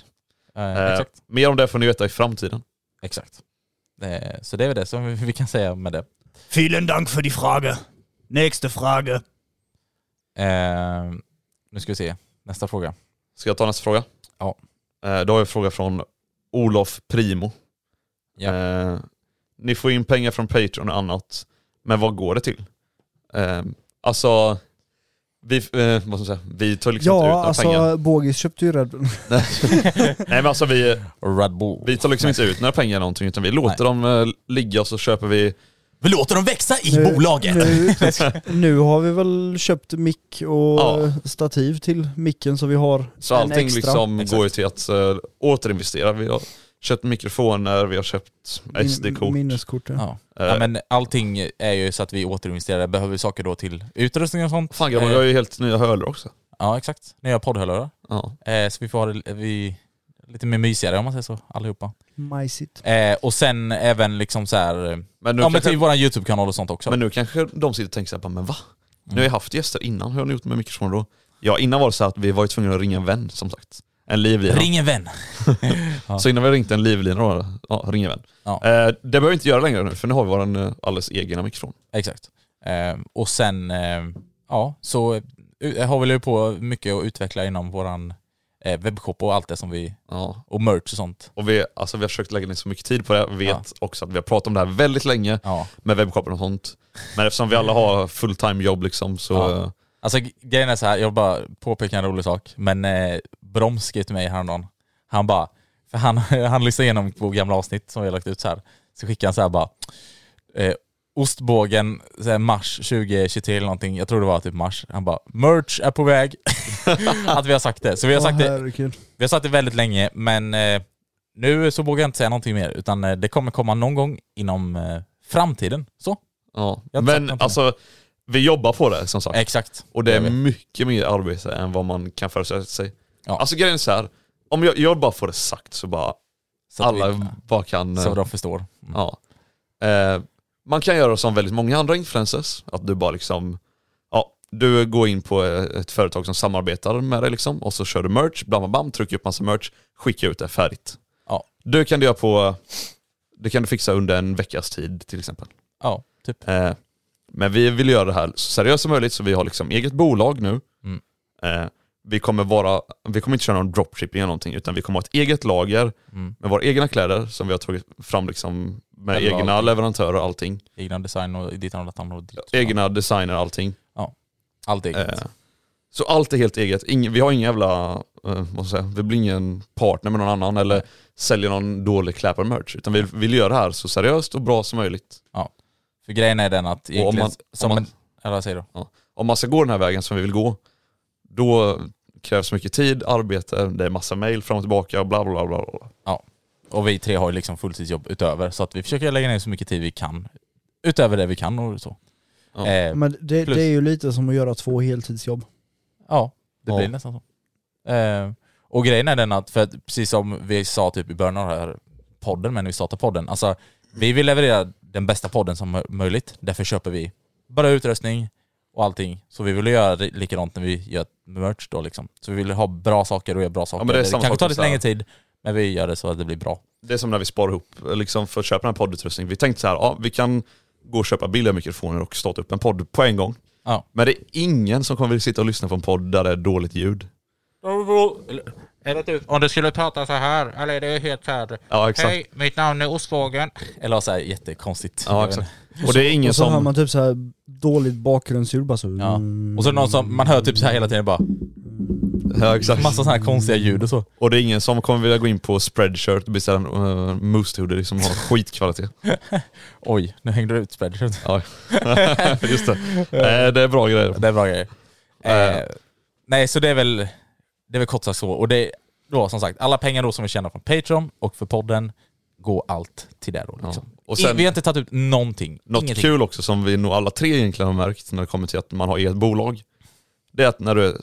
S1: Eh,
S2: Eh,
S1: Exakt.
S2: Mer om det får ni veta i framtiden.
S1: Exakt. Eh, Så det är väl det som vi- vi kan säga med det.
S4: Vielen Dank för die Frage. Nästa fråga.
S1: Eh, Nu ska vi se, nästa fråga.
S2: Ska jag ta nästa fråga?
S1: Ja.
S2: Eh, Då har jag en fråga från Olof Primo.
S1: Ja.
S2: Eh, Ni får in pengar från Patreon och annat, men vad går det till? Eh, Alltså, vi, eh, vad ska man säga, vi tar liksom inte ut
S3: Ja,
S2: några pengar.
S3: alltså Bogis köpte ju Red Bull.
S2: Nej men alltså vi,
S1: Red Bull.
S2: Vi tar liksom inte ut några pengar eller någonting utan vi låter dem eh, ligga och så köper vi...
S5: Vi låter dem växa i
S3: Nu-
S5: bolaget.
S3: Nu, nu har vi väl köpt mick och
S2: Ja.
S3: stativ till micken så vi har
S2: Så
S3: en
S2: allting
S3: extra.
S2: liksom
S1: Exakt.
S2: går ju till att eh, återinvestera. Vi har köpt mikrofoner, vi har köpt Eh,
S3: Min-
S2: SD-kort.
S3: Minneskort ja.
S1: Ja. ja, men allting är ju så att vi återinvesterar. Behöver vi saker då till utrustning och sånt? Eh,
S2: Fan grabbar, vi har ju helt nya hörlurar också.
S1: Ja, exakt. Nya poddhörlurar.
S2: Ja.
S1: Eh, Så vi får ha det vi, lite mer mysigare om man säger så, allihopa.
S3: Majsigt.
S1: Eh, Och sen även liksom så här... eh,
S2: Men, nu
S1: Ja men
S2: kanske,
S1: till våran YouTube-kanal och sånt också.
S2: men nu kanske de sitter och tänker såhär, men va? Ni har
S1: Mm.
S2: ju haft gäster innan, hur har ni gjort med mikrofoner då? Ja innan var det så att vi var ju tvungna att ringa en vän som sagt. En livlina.
S1: Ring en vän.
S2: Så innan vi ringde en livlina då, ja, ring en vän.
S1: Ja.
S2: Eh, det behöver vi inte göra längre nu för nu har vi vår eh, alldeles egna mikrofon.
S1: Exakt. Eh, och sen, eh, ja, så eh, har vi ju på mycket att utveckla inom våran eh, webbshop och allt det som vi,
S2: Ja.
S1: och merch och sånt.
S2: Och vi, alltså, vi har försökt lägga ner så mycket tid på det. Vi vet
S1: Ja.
S2: också att vi har pratat om det här väldigt länge
S1: Ja.
S2: med webbshoppen och sånt. Men eftersom vi alla har fulltime jobb liksom så...
S1: Ja. Alltså g- grejen är så här, jag vill bara påpekar en rolig sak, men eh, Broms skrev till mig häromdagen, han bara, för han, han lyssnade igenom på gamla avsnitt som vi har lagt ut så här, så skickade han så här bara, eh, ostbågen så här, mars 2023 eller någonting, jag tror det var typ mars, han bara, merch är på väg, att vi har sagt det. Så vi har sagt det,
S3: herregud.
S1: vi har sagt det väldigt länge, men eh, nu så vågar jag inte säga någonting mer, utan eh, det kommer komma någon gång inom eh, framtiden. Så,
S2: Ja.
S1: Jag har inte sagt
S2: Men
S1: någonting.
S2: alltså, vi jobbar på det som sagt.
S1: exakt.
S2: Och det är
S1: Jag vet.
S2: mycket mer arbete än vad man kan föreställa sig.
S1: Ja.
S2: Alltså grejen är så här. om jag, jag bara får det sagt så bara
S1: Så att
S2: alla
S1: vi-
S2: bara kan...
S1: så
S2: eh,
S1: de förstår. Mm.
S2: Ja. Eh, man kan göra som väldigt många andra influencers, att du bara liksom, ja, du går in på eh, ett företag som samarbetar med dig liksom, och så kör du merch, bam, bam, bam, trycker upp massa merch, skickar ut det färdigt.
S1: Ja.
S2: Du kan du göra på, det kan du fixa under en veckas tid till exempel.
S1: Ja, typ.
S2: Eh, men vi vill göra det här så seriöst som möjligt, så vi har liksom eget bolag nu.
S1: Mm.
S2: Eh, vi kommer, vara, vi kommer inte köra någon dropshipping eller någonting, utan vi kommer ha ett eget lager
S1: Mm.
S2: med våra egna kläder som vi har tagit fram liksom med
S1: Själva
S2: egna
S1: allting.
S2: leverantörer och allting.
S1: Egna design och ditt annat namn och ditt.
S2: Egna designer och allting.
S1: Allt eget.
S2: Eh, så allt är helt eget. Ingen, vi har ingen jävla, eh, vad ska jag säga, vi blir ingen partner med någon annan eller säljer någon dålig kläpad merch. Utan vi vill göra det här så seriöst och bra som möjligt.
S1: För grejen är den att
S2: Och om
S1: egentligen,
S2: man,
S1: som
S2: om man,
S1: en, eller vad säger du?
S2: om man ska gå den här vägen som vi vill gå, då krävs mycket tid, arbete, det är massa mail fram och tillbaka, bla bla bla. bla.
S1: Och vi tre har ju liksom fulltidsjobb utöver, så att vi försöker lägga ner så mycket tid vi kan. Utöver det vi kan och så.
S2: Ja.
S1: Eh,
S3: Men det,
S1: Plus.
S3: det är ju lite som att göra två heltidsjobb.
S1: ja det
S2: Ja.
S1: blir nästan så. Eh, och grejen är den att, för att precis som vi sa typ i början av den här podden, men när vi startade podden, alltså vi vill leverera den bästa podden som mö- möjligt. Därför köper vi bara utrustning och allting. Så vi vill göra det likadant när vi gör merch då liksom. Så vi vill ha bra saker och göra bra saker.
S2: men det är
S1: det
S2: samma
S1: kanske
S2: sak
S1: tar
S2: som
S1: lite
S2: så här.
S1: längre tid, men vi gör det så att det blir bra.
S2: Det är som när vi sparar ihop eh, liksom, för att köpa den här poddutrustningen. Vi tänkte så här, ja, vi kan gå och köpa billiga mikrofoner och starta upp en podd på en gång.
S1: Ja.
S2: Men det är ingen som kommer vilja sitta och lyssna på en podd där det är dåligt ljud.
S6: Om du skulle prata så här, eller det är helt så här.
S2: Ja exakt.
S6: Hej, mitt namn är Ostbågen.
S1: Eller såhär jättekonstigt.
S2: Ja,
S1: Jag
S2: exakt.
S1: vet
S2: Och det är ingen
S3: Och så hör
S2: som...
S3: man typ så här dåligt alltså. bakgrundsljud bara så.
S1: Ja. inte. Och så är det någon som, man hör typ så här hela tiden bara,
S2: Ja, exakt.
S1: massa sådana här konstiga ljud och så.
S2: Och det är ingen som kommer vilja gå in på Spreadshirt och beställa en uh, moose hoodie som har skitkvalitet.
S1: Oj, nu hängde du ut spreadshirt.
S2: Ja. Just det. Eh, det är bra grejer.
S1: Det är bra grejer.
S2: Eh.
S1: Eh, nej, så det är väl, det är väl kort sagt så. Och det, då som sagt, alla pengar då som vi tjänar från Patreon och för podden, går allt till det då liksom.
S2: Och
S1: I,
S2: sen,
S1: vi har inte tagit ut någonting.
S2: något
S1: ingenting.
S2: kul också som vi nog alla tre egentligen har märkt när det kommer till att man har eget bolag. Det är att när du är,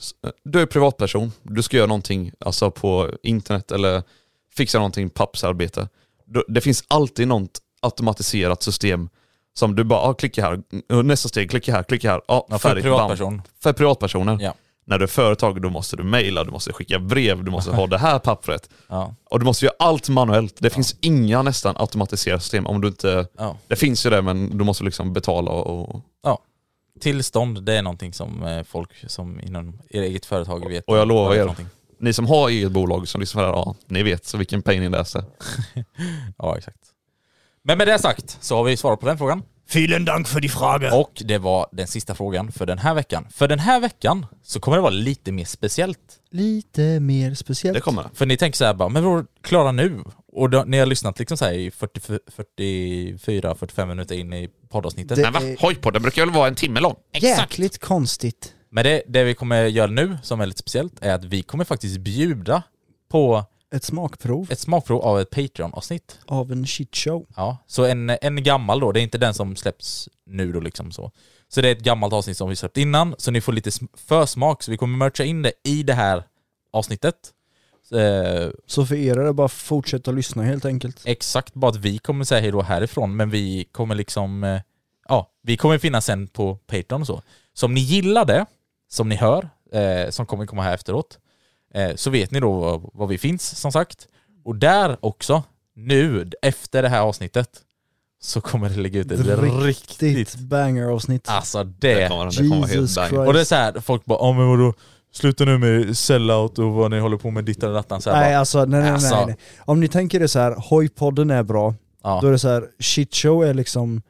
S2: du är privatperson, du ska göra någonting alltså på internet eller fixa någonting, pappersarbete. Då- Det finns alltid något automatiserat system som du bara, ah, klicka här, Mm, nästa steg, klicka här, klicka här, ah,
S1: Ja, för
S2: färdigt, bam.
S1: privatperson.
S2: för privatpersoner.
S1: Ja.
S2: När du är företag då måste du mejla, du måste skicka brev, du måste ha det här pappret.
S1: Ja.
S2: Och du måste göra allt manuellt. Det finns inga nästan automatiserade system om du inte...
S1: Ja.
S2: Det finns ju det men du måste liksom betala och...
S1: Tillstånd, det är någonting som eh, folk som inom er eget företag vet.
S2: Och jag lovar
S1: vad det är
S2: er.
S1: för någonting.
S2: Ni som har eget bolag som lyssnar på det här, ja, ni vet så vilken pain in the ass det är.
S1: Ja, exakt. Men med det sagt så har vi svarat på den frågan.
S4: Vielen Dank för die Frage.
S1: Och det var den sista frågan för den här veckan. För den här veckan så kommer det vara lite mer speciellt.
S3: Lite mer speciellt.
S2: Det kommer det.
S1: För ni tänker så här bara, men bror, klara nu? Och då, ni har lyssnat liksom så här i 44-45 minuter in i poddavsnittet.
S3: Det
S2: Men va?
S3: är
S2: Hojpodden brukar väl vara en timme lång?
S3: Eh, jäkligt konstigt.
S1: Men det, det vi kommer göra nu som är lite speciellt är att vi kommer faktiskt bjuda på
S3: Ett smakprov
S1: ett smakprov av ett Patreon-avsnitt.
S3: av en shitshow.
S1: Ja, så en, en gammal då, det är inte den som släpps nu då liksom så. Så det är ett gammalt avsnitt som vi släppt innan, så ni får lite sm- försmak, så vi kommer mercha in det i det här avsnittet. Eh,
S3: Så för er är det bara att fortsätta lyssna helt enkelt.
S1: exakt bara att vi kommer säga hejdå härifrån, men vi kommer liksom, eh, ja, vi kommer finnas sen på Patreon och så. Så om ni gillar det, som ni hör, eh, som kommer komma här efteråt, eh, så vet ni då var, var vi finns som sagt. Och där också, nu efter det här avsnittet, så kommer det lägga ut ett riktigt
S3: Riktigt banger-avsnitt.
S1: Alltså
S2: Det
S1: det.
S2: kommer det. Det kommer vara helt
S3: Jesus
S2: bang.
S3: Christ.
S1: Och det är så här, folk bara "Ja men vadå, Sluta nu med sellout och vad ni håller på med dittan och dattan. Så här,
S3: Nej
S1: bara,
S3: alltså, nej, nej,
S1: Alltså.
S3: nej, nej. Om ni tänker er så här, hojpodden är bra,
S1: ja.
S3: då är det så här, shitshow är liksom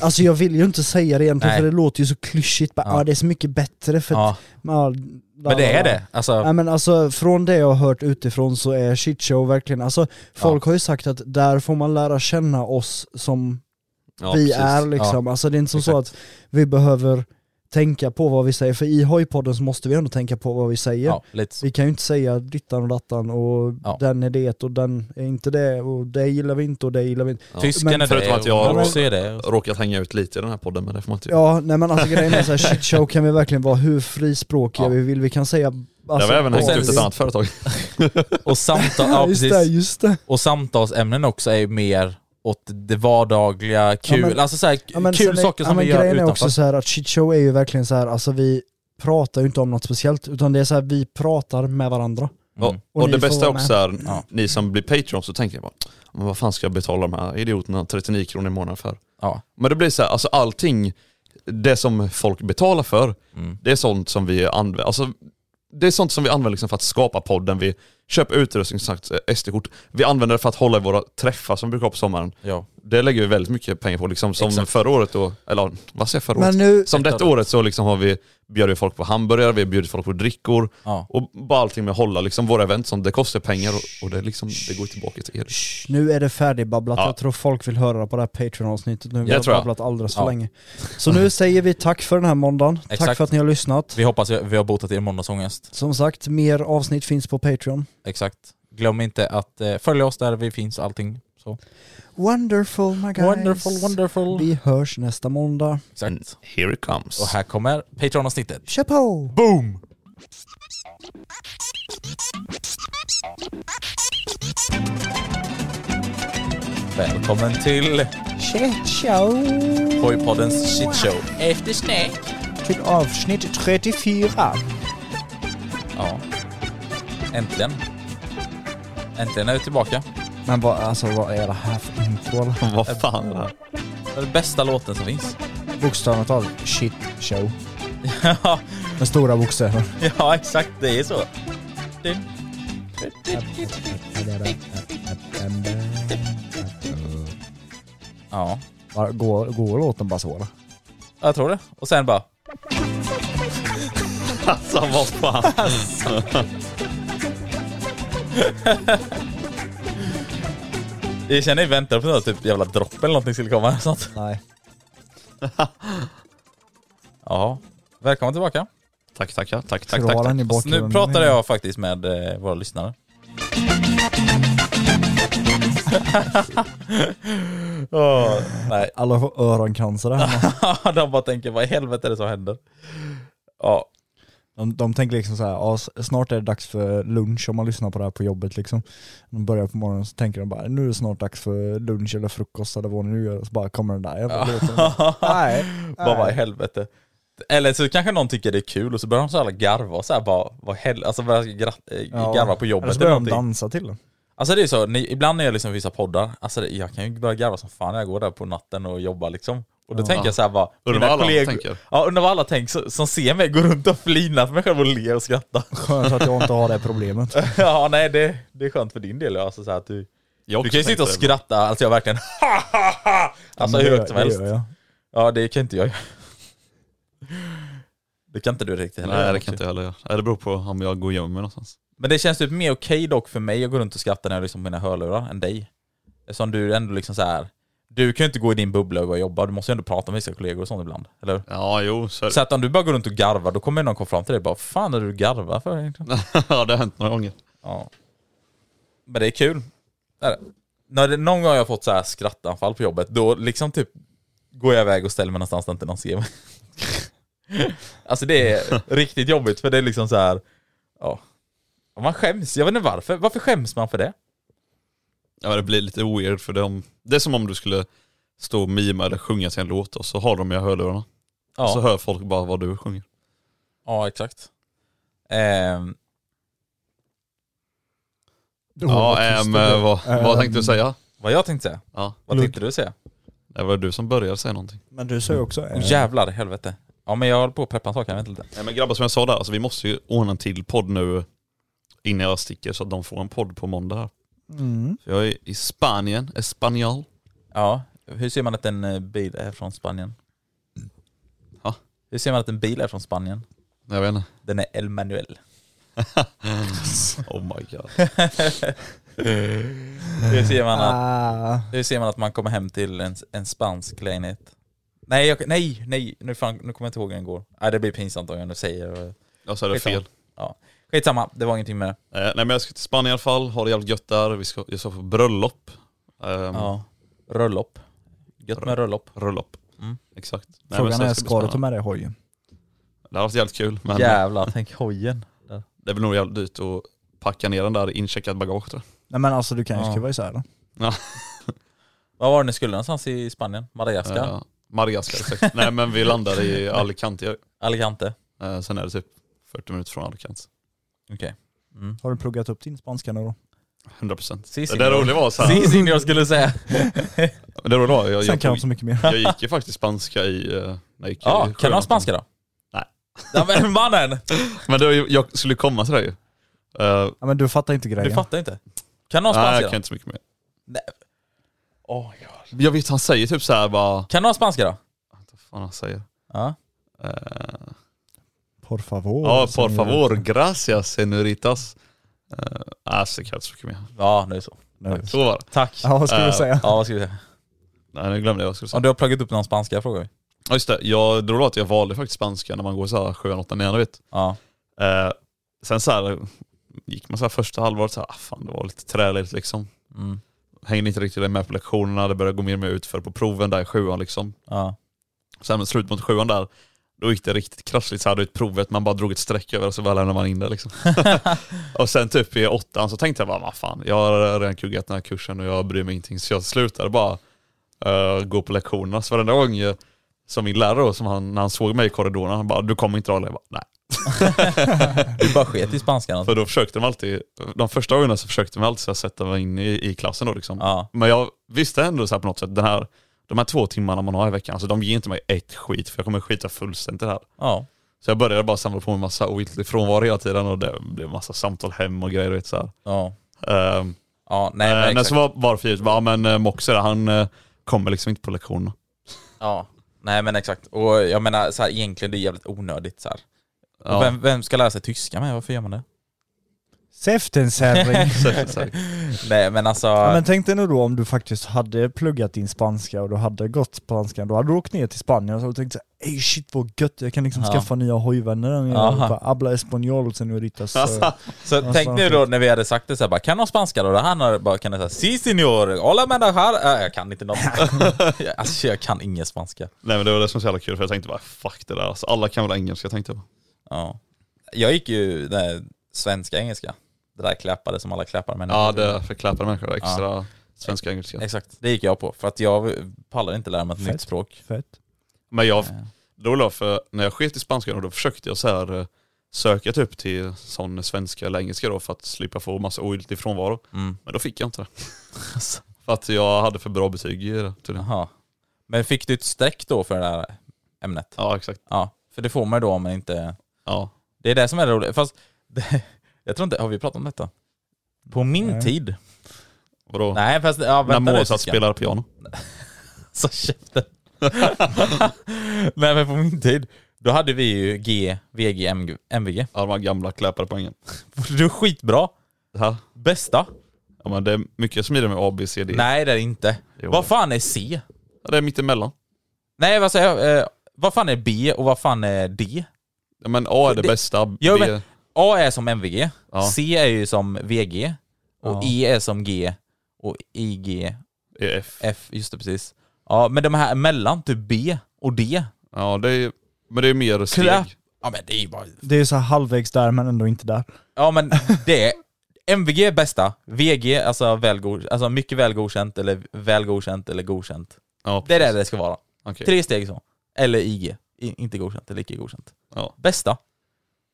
S3: Alltså jag vill ju inte säga det egentligen
S1: Nej.
S3: för det låter ju så klyschigt, bara,
S1: Ja.
S3: ah, det är så mycket bättre för
S1: ja.
S3: ja,
S1: Men det är det. Alltså,
S3: Nej men alltså från det jag har hört utifrån så är shitshow verkligen, alltså folk har ju sagt att där får man lära känna oss som
S2: Ja,
S3: vi
S2: precis.
S3: är liksom. Alltså det är inte som så att
S1: Exakt.
S3: vi behöver tänka på vad vi säger, för i hojpodden så måste vi ändå tänka på vad vi säger.
S1: ja, lite så.
S3: Vi kan ju inte säga dittan och dattan och
S1: Ja.
S3: den är det och den är inte det och det gillar vi inte och det gillar vi inte.
S2: Ja.
S1: Tysken
S3: Men
S1: är
S2: förutom
S1: det
S2: att jag-
S1: och Roxy är det.
S2: Råkat hänga ut lite i den här podden men det får man inte göra.
S3: Ja, nej men alltså grejen är såhär, shitshow kan vi verkligen vara hur frispråkiga
S1: Ja.
S3: vi vill, vi kan säga
S2: Jag
S3: alltså,
S2: har även hängt
S3: vad
S1: sen-
S2: ut
S3: vi-
S2: ett annat företag.
S1: Och, samtal, ja,
S3: Ja, just det,
S1: precis.
S3: just det.
S1: och samtalsämnen också är ju mer åt det vardagliga, kul,
S3: men-
S1: alltså så här,
S3: Ja, men
S1: kul
S3: sen är-
S1: saker
S3: ja,
S1: som
S3: men
S1: vi gör
S3: Grejen är
S1: utanför.
S3: också så här att shitshow är ju verkligen så här, alltså vi pratar ju inte om något speciellt, utan det är så här, vi pratar med varandra.
S2: Ja,
S1: Mm.
S2: och,
S3: Mm. Och ni
S2: det
S3: får
S2: bästa
S3: vara
S2: också är,
S1: Ja.
S2: ni som blir Patreon så tänker jag bara, men vad fan ska jag betala de här idioterna 39 kronor i månaden för?
S1: Ja.
S2: Men det blir så här, alltså allting, det som folk betalar för,
S1: Mm.
S2: det är sånt som vi använder, alltså det är sånt som vi använder liksom för att skapa podden, vi köper utrustning, som sagt eh, SD-kort, vi använder det för att hålla i våra träffar som vi brukar ha på sommaren.
S1: Ja.
S2: Det lägger vi väldigt mycket pengar på, liksom som
S1: Exakt.
S2: förra året då, eller vad säger jag förra året?
S3: Men nu,
S2: Som detta året så liksom har vi bjudit folk på hamburgare, vi har bjudit folk på drickor,
S1: Ja.
S2: och bara allting med att hålla liksom våra event som det kostar pengar och, och det, är liksom, det går tillbaka till er.
S3: Shh, nu är det färdigbabblat,
S2: Ja.
S3: jag tror folk vill höra på det här Patreon-avsnittet nu, vi
S2: Jag
S3: har
S2: tror jag.
S3: babblat alldeles för
S1: Ja.
S3: länge. Så nu säger vi tack för den här måndagen, tack
S1: Exakt.
S3: för att ni har lyssnat.
S1: Vi hoppas vi har botat er måndagsångest.
S3: Som sagt, mer avsnitt finns på Patreon.
S1: Exakt. Glöm inte att eh, följa oss där vi finns och allting. Så.
S3: Wonderful my guys.
S1: Wonderful, wonderful.
S3: Vi hörs nästa måndag.
S2: And
S1: Exakt.
S2: here it comes.
S1: Och här kommer Patreon-avsnittet.
S3: Kör på!
S1: Boom! Välkommen till
S3: Shit show!
S1: Hojpoddens shitshow. Eftersnack.
S3: Till avsnitt 34.
S1: Ja. Äntligen. Äntligen är vi tillbaka.
S3: Men vad, alltså, vad är det här för intro?
S2: Vad fan är det här?
S1: Det är den bästa låten som finns.
S3: Bokstaven av shit show.
S1: Ja,
S3: Med stora bokstäver.
S1: ja exakt. Det är så. Ja,
S3: Bara Går, går låten bara så? eller?
S1: jag tror det. Och sen bara...
S2: Alltså vad fan?
S1: Jag känner jag väntar på något typ jävla dropp eller någonting skulle komma. Sånt.
S3: Nej.
S1: Ja. Välkommen tillbaka.
S2: Tack tackar, tack
S3: Ska
S2: tack
S3: du
S2: tack.
S3: ha
S2: tack.
S3: den i
S1: Så Alltså, nu
S3: bakgrunden?
S1: pratade jag faktiskt med eh, våra lyssnare. Åh, nej,
S3: Alla får öroncancer där hemma.
S1: de bara tänker vad i helvete är det som händer? Ja,
S3: De, de tänker liksom så här, ja, s- snart är det dags för lunch om man lyssnar på det här på jobbet liksom. De börjar på morgonen så tänker de bara, nu är det snart dags för lunch eller frukost eller vad ni nu gör. Och så bara kommer den där jävla låten. Nej.
S1: bara vad i helvete. Eller så kanske någon tycker det är kul och så börjar de så alla garva och så här bara, vad hel... alltså börjar gra- eh,
S3: Ja.
S1: garva på
S3: Eller
S1: jobbet
S3: så
S1: eller
S3: börjar de
S1: någonting.
S3: dansa till den.
S1: Alltså det är så, ni, ibland när jag lyssnar på vissa poddar, alltså det, jag kan ju börja garva som fan när jag går där på natten och jobbar liksom. Och då tänker jag så här bara,
S2: Undrar
S1: mina
S2: vad alla
S1: kollegor-
S2: tänker.
S1: Ja, undrar vad alla tänker som ser mig gå runt och flina för mig själv och le och skratta.
S3: Skönt att jag inte har det problemet.
S1: ja, nej det, det är skönt för din del. ja. Alltså, så här, att du,
S2: Jag
S1: du kan ju sitta och
S2: tänkte det.
S1: skratta, alltså jag verkligen Alltså
S3: Men
S1: hur
S3: det-
S1: högt som
S3: det
S1: helst.
S3: gör jag.
S1: Ja, det kan inte jag göra. Det kan inte du riktigt heller.
S2: Nej det kan inte jag heller göra. Nej, Det beror på om jag går och gömmer mig någonstans.
S1: Men det känns typ mer okej dock för mig att gå runt och skratta när jag lyssnar på mina hörlurar än dig. Eftersom du ändå liksom så här. Du kan ju inte gå i din bubbla och gå och jobba, du måste ju ändå prata med vissa kollegor och sånt ibland, eller hur?
S2: Ja jo, så är
S1: Så
S2: det.
S1: att om du bara går runt och garvar, då kommer någon komma fram till dig och bara fan är det du garvar för egentligen?
S2: Ja, det har hänt några gånger.
S1: Ja. Men det är kul. Det är det. När det, någon gång har jag fått så här skrattanfall på jobbet, då liksom typ går jag iväg och ställer mig någonstans där inte någon ser mig. alltså det är riktigt jobbigt för det är liksom så här. ja. Man skäms, jag vet inte varför. Varför skäms man för det?
S2: Ja det blir lite weird för dem. Det är som om du skulle stå och mima eller sjunga till en låt och så har de i hörlurarna.
S1: Ja,
S2: Så hör folk bara vad du sjunger.
S1: ja exakt. Ehm,
S2: Ja, ehm, vad,
S3: Eh,
S2: vad tänkte du säga?
S1: vad jag tänkte säga?
S2: Ja,
S1: Vad
S3: Lugn.
S1: tänkte du säga?
S2: det var du som började säga någonting.
S3: Men du sa ju också... eh,
S1: Åh jävlar, helvete. Ja, Ja men jag håller på att preppa en sak här, vänta lite.
S2: Nej men grabbar som jag sa där, alltså, vi måste ju ordna en till podd nu innan jag sticker så att de får en podd på måndag här.
S3: Mm.
S2: För Jag är i Spanien, Espanyol.
S1: Ja, hur ser man att en eh, bil är från Spanien?
S2: Ja.
S1: Hur ser man att en bil är från Spanien?
S2: Jag vet inte.
S1: Den är El Manuel.
S2: Oh my god.
S1: Hur ser man att,
S3: Ah,
S1: hur ser man, att man kommer hem till en, en spansk lägenhet? Nej, jag, nej, nej, nu, fan, nu kommer jag inte ihåg hur den går. Nej, det blir pinsamt om jag nu säger. eh,
S2: Jag sa det fel.
S1: Skitsamma, det var ingenting med det.
S2: Eh, nej men jag ska till Spanien i alla fall, ha det jävligt gött där. Vi ska, jag ska få bröllop. Ehm,
S1: Ja. Röllop. Gött med röllop.
S2: Bröllop.
S1: Mm.
S2: Exakt. Nej, men
S3: frågan
S2: så det bli
S3: är, ska du ta
S2: spännande.
S3: med dig hojen?
S2: Det har varit jävligt kul men
S1: Jävlar, tänk hojen.
S2: det blir nog jävligt dyrt att packa ner den där i incheckat bagage tror jag.
S3: Nej men alltså du kan ju
S1: Ja.
S3: skruva isär den.
S1: Vad var det ni skulle någonstans i Spanien? Madagaskar?
S2: Eh, Madagaskar exakt. nej men vi landar i Alicante.
S1: Alicante?
S2: Eh, sen är det typ 40 minuter från Alicante.
S1: Okej. Mm.
S3: Har du pluggat upp din spanska nu då?
S2: 100 procent.
S1: Si,
S2: Det
S1: signor.
S2: där roliga var så här.
S1: Si, signor skulle jag säga.
S2: Det roliga var, jag,
S3: Sen
S2: jag,
S3: kan jag
S2: tog,
S3: inte så mycket mer.
S2: jag gick ju faktiskt spanska i... eh, när jag gick i
S1: Ja, kan du ha
S2: sjuan.
S1: spanska då?
S2: Nej.
S1: Ja, men mannen!
S2: Men det var ju, jag skulle komma till det ju. Eh,
S3: Ja, men du fattar inte
S1: Du
S3: grejen.
S1: fattar inte. Kan du ha
S2: nej
S1: spanska
S2: jag kan
S1: då?
S2: inte så mycket mer.
S1: Åh,
S2: Jag vet han säger typ så här bara...
S1: Kan du ha spanska då?
S2: Vad fan han säger?
S1: Ja.
S2: Eh,
S3: Por favor.
S2: Ja, por
S3: señor.
S2: favor, gracias senoritas. Uh, alltså, det kan jag inte så mycket mer.
S1: Ja, nu är det så.
S3: Nu.
S2: Så var det.
S1: Tack.
S3: Ja, vad skulle du
S2: Eh,
S3: säga?
S1: Ja, vad ska vi säga?
S2: Nej, nu glömde jag vad jag skulle
S1: Om
S2: säga.
S1: du har pluggat upp någon spanska frågar vi.
S2: Ja, just det. Jag drog att jag valde faktiskt spanska när man går så här 7 8 9 vet.
S1: Ja.
S2: Eh, sen så här gick man så här första halvåret så här, ah, fan det var lite träligt liksom.
S1: Mm.
S2: Hängde inte riktigt med på lektionerna, det började gå mer och mer utför på proven där i sjuan liksom.
S1: Ja.
S2: Sen mot slut mot sjuan där, då gick det riktigt krassligt så här ut provet, man bara drog ett streck över och så bara lämnade man in det liksom. och sen typ i åttan så tänkte jag bara, vad fan, jag har redan kuggat den här kursen och jag bryr mig ingenting. Så jag slutade bara eh, gå på lektionerna. Så varenda gång eh, som min lärare då, som han, när han såg mig i korridoren, han bara, du kommer inte dra det. Jag bara, nej.
S1: Du bara sket i spanskan. Alltså.
S2: För då försökte de alltid, de första gångerna så försökte de alltid så här sätta mig in i, i klassen då liksom.
S1: Ja.
S2: Men jag visste ändå så här på något sätt, den här, de här två timmarna man har i veckan, alltså de ger inte mig ett skit för jag kommer skita fullständigt i det här.
S1: Ja.
S2: Så jag började bara samla på mig massa ogiltig frånvaro hela tiden och det blev massa samtal hem och grejer. du Vet, så här.
S1: Ja.
S2: Ehm,
S1: Ja, nej
S2: eh,
S1: men
S2: men så
S1: exakt.
S2: var, var det för givet, ja men eh, Moxer han eh, kommer liksom inte på lektionerna.
S1: Ja. Nej men exakt. Och jag menar så här, egentligen det är jävligt onödigt så här.
S2: Ja,
S1: Och vem, vem ska lära sig tyska med? Varför gör man det?
S3: Säften sävring.
S2: så- så- så-
S1: Nej men alltså...
S3: Ja, men tänk dig nu då om du faktiskt hade pluggat din spanska och du hade gått spanskan, då hade du åkt ner till Spanien och så hade du tänkt såhär ey shit vad gött, jag kan liksom
S1: Ja.
S3: skaffa nya hojvänner där nere
S1: Aha.
S3: och bara Habla espanol senoritas. Så-
S1: Så tänk nu då när vi hade sagt det så här, bara, kan du ha spanska då? Han har bara kan säga si signor, hola manajar. Äh, jag kan inte något. alltså jag kan ingen spanska.
S2: Nej men det var det som var så jävla kul för jag tänkte bara fuck det där alltså, alla kan väl engelska tänkte jag.
S1: Ja. Jag gick ju den här svenska engelska. Det där klappade som alla klappar med.
S2: Ja Eh, det förklappade människor extra svenska engelska.
S1: Exakt, det gick jag på. För att jag pallar inte lära mig ett
S3: Fett.
S1: nytt språk.
S3: Fett.
S2: Men jag,
S1: Eh,
S2: då var för när jag sket i spanskan och då försökte jag så här eh, söka typ till sån svenska eller engelska då för att slippa få massa ogiltig frånvaro.
S1: Mm.
S2: Men då fick jag inte det. För att jag hade för bra betyg i det tydligen.
S1: Jaha. Men fick du ett streck då för det här ämnet?
S2: Ja exakt.
S1: Ja, för det får man ju då om man inte...
S2: Ja.
S1: Det är det som är det roliga. Fast det, jag tror inte, har vi pratat om detta? På min
S3: Nej.
S1: tid.
S2: Vadå?
S1: Nej fast, ja
S2: När
S1: vänta nu
S2: Mozart
S1: tyskan.
S2: spelar piano.
S1: Så käften. Nej men på min tid, då hade vi ju G, VG, MG, MVG.
S2: Ja, de här gamla kläparpoängen.
S1: Du är skitbra.
S2: Det här.
S1: Bästa?
S2: Ja, men det är mycket smidigare med A, B, C, D.
S1: Nej det är det inte.
S2: Jo.
S1: Vad fan är C?
S2: Ja, Det är mittemellan.
S1: Nej vad säger jag? Eh, vad fan är B och vad fan är D?
S2: Ja, men A är det,
S1: Det-
S2: bästa.
S1: Jo,
S2: B,
S1: men- A är som MVG,
S2: Ja.
S1: C är ju som VG, och
S2: Ja.
S1: E är som G, och IG,
S2: är F.
S1: F, just det precis. Ja men de här mellan, typ B och D.
S2: Ja, det är, men det är mer steg.
S1: Kläpp. Ja men det är ju bara
S3: Det är så här halvvägs där men ändå inte där.
S1: Ja men det, MVG är bästa, VG alltså, väl god, alltså mycket väl godkänt eller väl godkänt eller godkänt.
S2: Ja,
S1: Det är det
S2: precis.
S1: det ska vara.
S2: Okej.
S1: Tre steg så. Eller IG, I, inte godkänt eller icke godkänt.
S2: Ja.
S1: Bästa.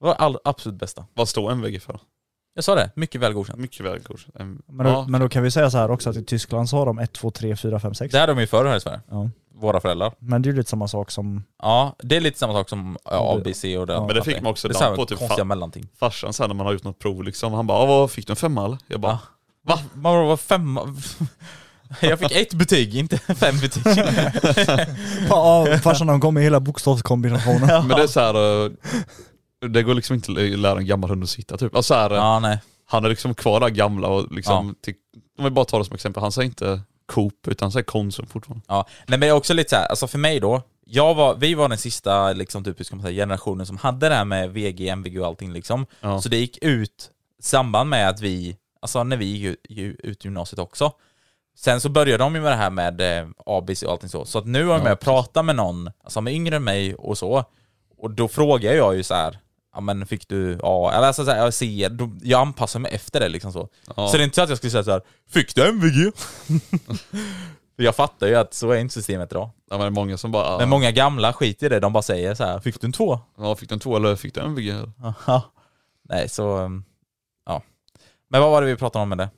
S1: Det var all, absolut bästa.
S2: Vad står MVG för? Jag
S1: Så det, mycket väl godkänt.
S2: Mycket väl godkänt. M-
S3: Men, då,
S2: ja.
S3: men då kan vi säga så här också att i Tyskland så har de 1, 2, 3, 4, 5, 6.
S1: Det hade de ju förr här i Sverige.
S3: Ja.
S1: våra föräldrar.
S3: Men det är ju lite samma sak som...
S1: Ja, det är lite samma sak som ja, ABC och det.
S2: Men det fick man också
S1: Det är
S2: damp
S1: samma
S2: på, typ,
S1: konstiga
S2: fan.
S1: mellanting.
S2: Farsan sen när man har gjort något prov liksom, han bara "Ah, vad fick du en femma eller? Jag bara
S1: Ja. Va? Man var femma... Jag fick ett betyg, inte fem betyg.
S3: Ja, farsan han kom med hela bokstavskombinationen.
S2: Men det är så här. eh, det går liksom inte att lära en gammal hund att sitta typ. Alltså så här, eh,
S1: ja, nej.
S2: han är liksom kvar där gamla och liksom, till, om vi bara tar det som exempel, han säger inte Coop utan han säger Konsum fortfarande.
S1: Ja. Nej men jag är också lite så här, alltså för mig då, jag var, vi var den sista liksom, typ, hur ska man säga, generationen som hade det här med VG, MVG och allting liksom.
S2: Ja.
S1: Så det gick ut i samband med att vi, alltså när vi gick ju- ju- ut gymnasiet också. Sen så började de ju med det här med eh, ABC och allting så. Så att nu har jag med och pratat med någon alltså, som är yngre än mig och så. Och då frågar jag ju så här, ja men fick du A? Eller alltså så här, jag ser, då, jag anpassar mig efter det liksom så. Så det är inte så att jag skulle säga så här, fick du MVG? För jag fattar ju att så är inte systemet idag.
S2: Ja, men det är många som bara,
S1: Men många gamla skiter i det, de bara säger så här, fick du en två?
S2: ja, fick du en två eller fick du en VG? här?"
S1: Aha. Nej, så... um, Ja. Men vad var det vi pratade om med det?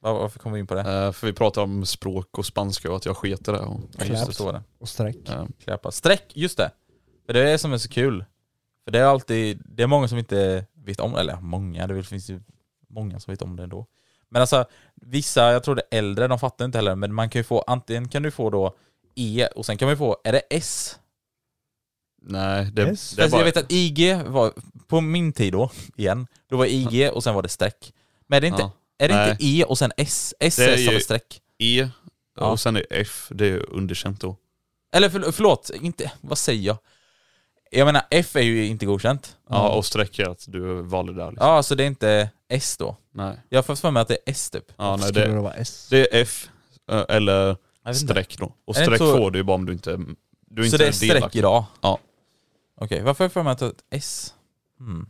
S1: Var- Varför kom vi in på det?
S2: Eh, för vi pratar om språk och spanska och att jag sket i det. Och,
S1: Ja, just det, så var det.
S3: Och streck.
S2: eh,
S1: Kläpa. Streck, just det! För det är det som är så kul. För det är alltid, det är många som inte vet om eller många, det finns ju många som vet om det ändå. Men alltså, vissa, jag tror det är äldre, de fattar inte heller, men man kan ju få, antingen kan du få då E och sen kan man ju få, är det S?
S2: nej, det,
S3: Yes.
S2: det är
S1: Alltså,
S2: bara,
S1: Jag vet att IG var, på min tid då, igen, då var IG och sen var det streck. Men är det inte,
S2: Ja.
S1: är det
S2: Nej.
S1: inte E och sen S? S
S2: Det
S1: är
S2: är
S1: samma
S2: ju-
S1: streck.
S2: E
S1: Ja.
S2: och sen är F, det är underkänt då.
S1: Eller för, förlåt, inte, vad säger jag? Jag menar F är ju inte godkänt.
S2: Ja, och streck är att du valde där. Liksom.
S1: Ja, så det är inte S då.
S2: Nej.
S1: Jag har fått för mig att det är S typ.
S2: Ja, nej
S3: Skulle
S2: det,
S3: det vara S?
S2: det är F eh, eller
S1: Jag vet inte.
S2: streck då. Och
S1: Är det inte
S2: streck
S1: så-
S2: får du ju bara om du inte, du är
S1: så
S2: inte
S1: det är
S2: är
S1: streck
S2: delaktig.
S1: idag?
S2: Ja.
S1: Okej, varför har jag för mig att det är ett S? Hmm.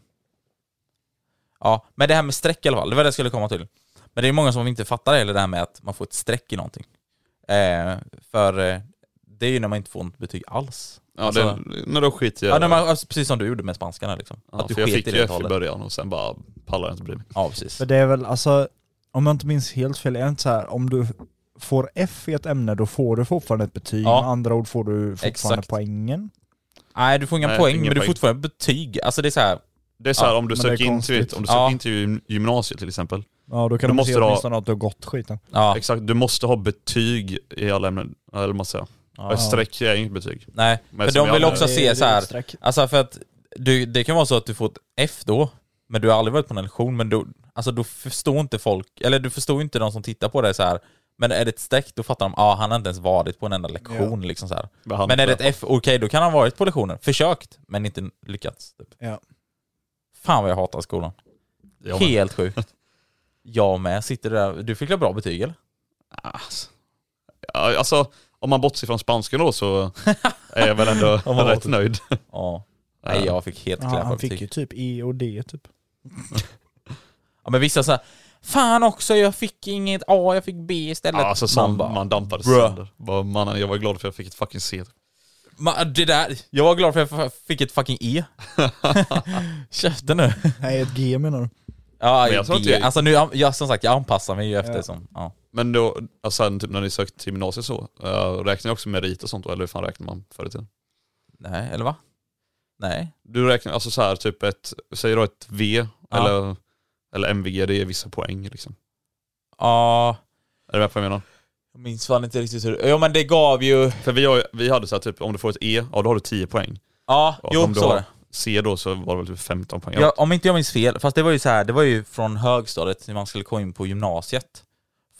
S1: Ja, men det här med streck i alla fall, det var det jag skulle komma till. Men det är många som inte fattar heller det här med att man får ett streck i någonting. Eh, för eh, det är ju när man inte får något betyg alls.
S2: Ja,
S1: Alltså-
S2: det, när då skiter jag
S1: Ja, när man, alltså, precis som du gjorde med spanskan här, liksom.
S2: Ja,
S1: att du
S2: för jag
S1: sket
S2: fick
S1: i
S2: ju
S1: det
S2: F i
S1: talet.
S2: början och sen bara pallar jag inte bry mig.
S1: Ja, precis.
S3: För det är väl alltså, om jag inte minns helt fel, är det inte så här, om du får F i ett ämne då får du fortfarande ett betyg,
S1: Ja.
S3: med andra ord får du fortfarande
S1: Exakt.
S3: poängen.
S1: Nej, du får inga
S2: Nej,
S1: poäng,
S2: inga
S1: men du får
S2: poäng.
S1: fortfarande betyg. Alltså det är så här,
S2: Det är så här,
S1: Ja,
S2: om du
S3: men det
S2: söker
S3: är
S2: in till,
S3: konstigt.
S2: om du söker
S1: Ja.
S2: in till gym- gymnasiet till exempel.
S3: Ja då kan
S2: Du
S3: du,
S2: måste
S3: se
S2: ha-
S3: åtminstone att du har gått skiten.
S1: ja,
S2: Exakt, du måste ha betyg i alla ämnen, eller man säger.
S1: Ja.
S2: Ett streck är inget betyg.
S1: nej.
S2: Men
S1: för
S2: som
S1: de
S2: jag
S1: vill
S2: menar-
S1: också se så här, Alltså för att du, det kan vara så att du får ett F då, men du har aldrig varit på en lektion, men då, alltså då förstår inte folk, eller du förstår inte de som tittar på det så här. Men är det ett streck, då fattar de ah, han har inte ens varit på en enda lektion. Liksom så här.
S2: Behandla.
S1: Men är det ett F, okej då kan han ha varit på lektionen. Försökt, men inte lyckats. Typ.
S3: Ja.
S1: Fan vad jag hatar skolan.
S2: Ja, men-
S1: Helt sjukt. Jag med. Sitter där. Du fick väl bra betyg eller?
S2: Ass. Ja, alltså, om man bortser från spanskan då så är jag väl ändå
S1: man
S2: rätt
S1: bortser.
S2: nöjd.
S1: Ja. Nej, jag fick helt
S3: Ja,
S1: klappa
S3: han
S1: betyg.
S3: fick ju typ E och D typ.
S1: Ja, men vissa så här, fan också, jag fick inget A, jag fick B istället.
S2: Ja, alltså, som
S1: Man bara,
S2: man dampade
S1: "Bruh."
S2: sönder. Bara, mannen, jag var glad för jag fick ett fucking C.
S1: Man, det där, jag var glad för att jag fick ett fucking E. Käften nu.
S3: Nej ett G menar du?
S1: Ja,
S2: Men jag
S1: jag
S2: tror inte jag-
S1: Alltså nu, jag, som sagt, jag anpassar mig ju efter
S3: Ja.
S1: som... Ja.
S2: Men då, alltså, sen typ när ni sökte till gymnasiet så, eh, räknar jag också merit och sånt då, eller hur fan räknar man förr i tiden?
S1: Nej, eller va? Nej.
S2: Du räknar alltså så här typ ett, säg då ett V
S1: Ja.
S2: eller, eller MVG, det är vissa poäng liksom.
S1: Ja,
S2: Är du med på vad jag menar?
S1: jag minns fan inte riktigt hur... Jo men det gav ju...
S2: För vi, har, ju- vi hade så här typ, om du får ett E, ja då har du 10 poäng.
S1: Ja,
S2: Ja,
S1: jo
S2: om du
S1: så
S2: har-
S1: var det.
S2: C då så var det väl typ 15 poäng.
S1: Ja, om inte jag minns fel, fast det var ju så här, det var ju från högstadiet när man skulle gå in på gymnasiet.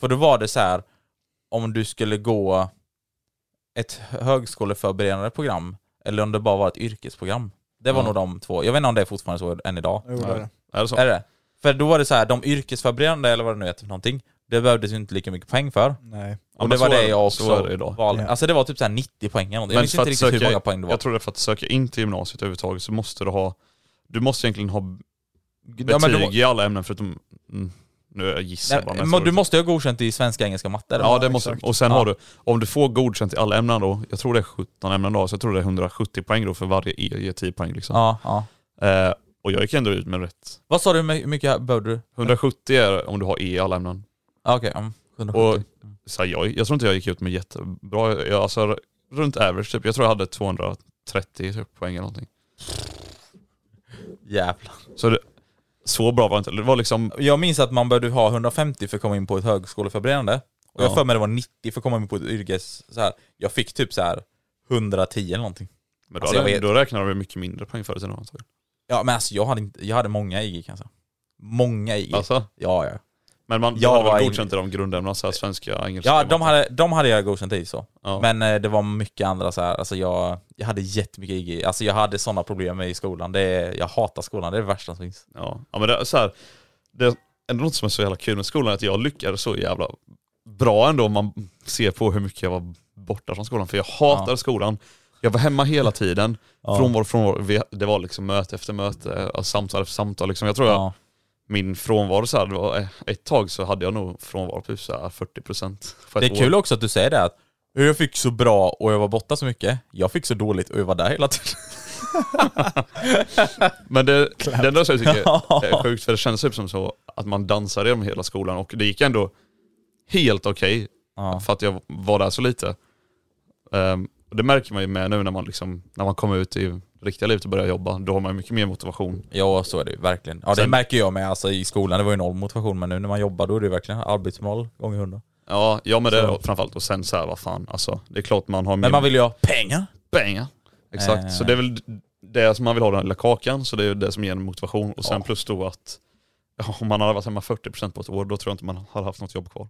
S1: För då var det så här, om du skulle gå ett högskoleförberedande program eller om det bara var ett yrkesprogram. Det var
S2: Ja.
S1: nog de två. Jag vet inte om det är fortfarande så än idag.
S3: Jo, det är det.
S2: Är det så?
S1: Är det? För då var det så här, de yrkesförberedande eller vad det nu heter för någonting, det behövdes ju inte lika mycket poäng för.
S3: Nej.
S2: Ja,
S1: Och
S2: men
S1: det var
S2: så
S1: det
S2: är det-
S1: jag
S2: så
S1: också
S2: är det idag.
S1: valde.
S3: Ja.
S1: Alltså det var typ så här 90 poäng eller någonting.
S2: Men
S1: Jag minns
S2: för
S1: inte
S2: att
S1: riktigt hur
S2: söka-
S1: många poäng det var.
S2: Jag tror det är för att söka in till gymnasiet överhuvudtaget så måste du ha, du måste egentligen ha betyg
S1: men du må-
S2: i alla ämnen förutom, mm, nu gissar jag bara. men
S1: Nej,
S2: jag
S1: men
S2: tror
S1: du
S2: det-
S1: måste ju ha godkänt i svenska, engelska, matte. eller?
S2: Ja det måste
S3: exakt.
S2: Och sen
S1: Ja.
S2: har du, om du får godkänt i alla ämnen då, jag tror det är 17 ämnen då, så jag tror det är 170 poäng då för varje E ger 10 poäng liksom.
S1: ja, ja.
S2: Eh, och jag gick ändå ut med rätt.
S1: Vad sa du, hur mycket behövde du?
S2: 170 är om du har E i alla ämnen.
S1: Ja, Okej, okay,
S2: Och så här, jag, jag tror inte jag gick ut med jättebra, jag, alltså r- runt average typ. Jag tror jag hade 230 typ, poäng eller någonting.
S1: Jävlar.
S2: Så det, så bra var det inte. Det var liksom,
S1: Jag minns att man behövde ha 150 för att komma in på ett högskoleförberedande. Och jag
S2: Ja.
S1: för mig det var 90 för att komma in på ett yrkes... Så här. Jag fick typ så här 110 eller någonting.
S2: men då,
S1: Alltså, jag
S2: hade,
S1: vet.
S2: då räknade de ju mycket mindre poäng förr i tiden antagligen.
S1: Ja men alltså jag hade, inte, jag hade många IG kan jag säga. alltså. Många IG.
S2: Alltså,
S1: Ja ja.
S2: men man
S1: Jag
S2: jag hade
S1: var
S2: väl
S1: in-
S2: godkänt i de grundämnena, så här, svenska, engelska.
S1: Ja de hade, de hade jag godkänt i så.
S2: Ja.
S1: Men eh, det var mycket andra så här. Alltså jag, jag hade jättemycket IG. Alltså jag hade sådana problem i skolan. Det är, jag hatar skolan, det är det värsta som finns.
S2: Ja, ja men det är så här, det är ändå något som är så jävla kul med skolan, att jag lyckades så jävla bra ändå om man ser på hur mycket jag var borta från skolan. För jag hatar
S1: Ja.
S2: skolan. Jag var hemma hela tiden.
S1: Ja.
S2: Frånvaro, frånvaro. Vi- Det var liksom möte efter möte, och samtal efter samtal. Liksom. Jag tror att
S1: Ja.
S2: min frånvaro, så här, det var, eh, ett tag så hade jag nog frånvaro på typ så här 40% för
S1: Det
S2: ett
S1: är
S2: år.
S1: kul också att du säger det att jag fick så bra och jag var borta så mycket. Jag fick så dåligt och jag var där hela tiden.
S2: Men det, det enda som jag tycker är sjukt, för det kändes typ som så att man dansade genom hela skolan och det gick ändå helt okej
S1: Ja.
S2: för att jag var där så lite. Ehm, och det märker man ju med nu när man, liksom, när man kommer ut i riktiga livet och börjar jobba. Då har man ju mycket mer motivation.
S1: Ja, så är det ju verkligen. Ja, det
S2: Sen-
S1: märker jag med. Alltså, I skolan det var ju noll motivation, men nu när man jobbar då är det verkligen arbetsmål gånger hundra.
S2: Ja, ja men det
S1: Så.
S2: framförallt. Och sen så här, vad fan, alltså, det är klart man har mer
S1: Men man vill ju ha pengar.
S2: pengar. Exakt,
S1: Eh.
S2: så det är väl det som man vill ha den lilla kakan, så det är ju det som ger en motivation. Och sen plus då att ja, om man hade varit hemma 40% på ett år, då tror jag inte man hade haft något jobb kvar.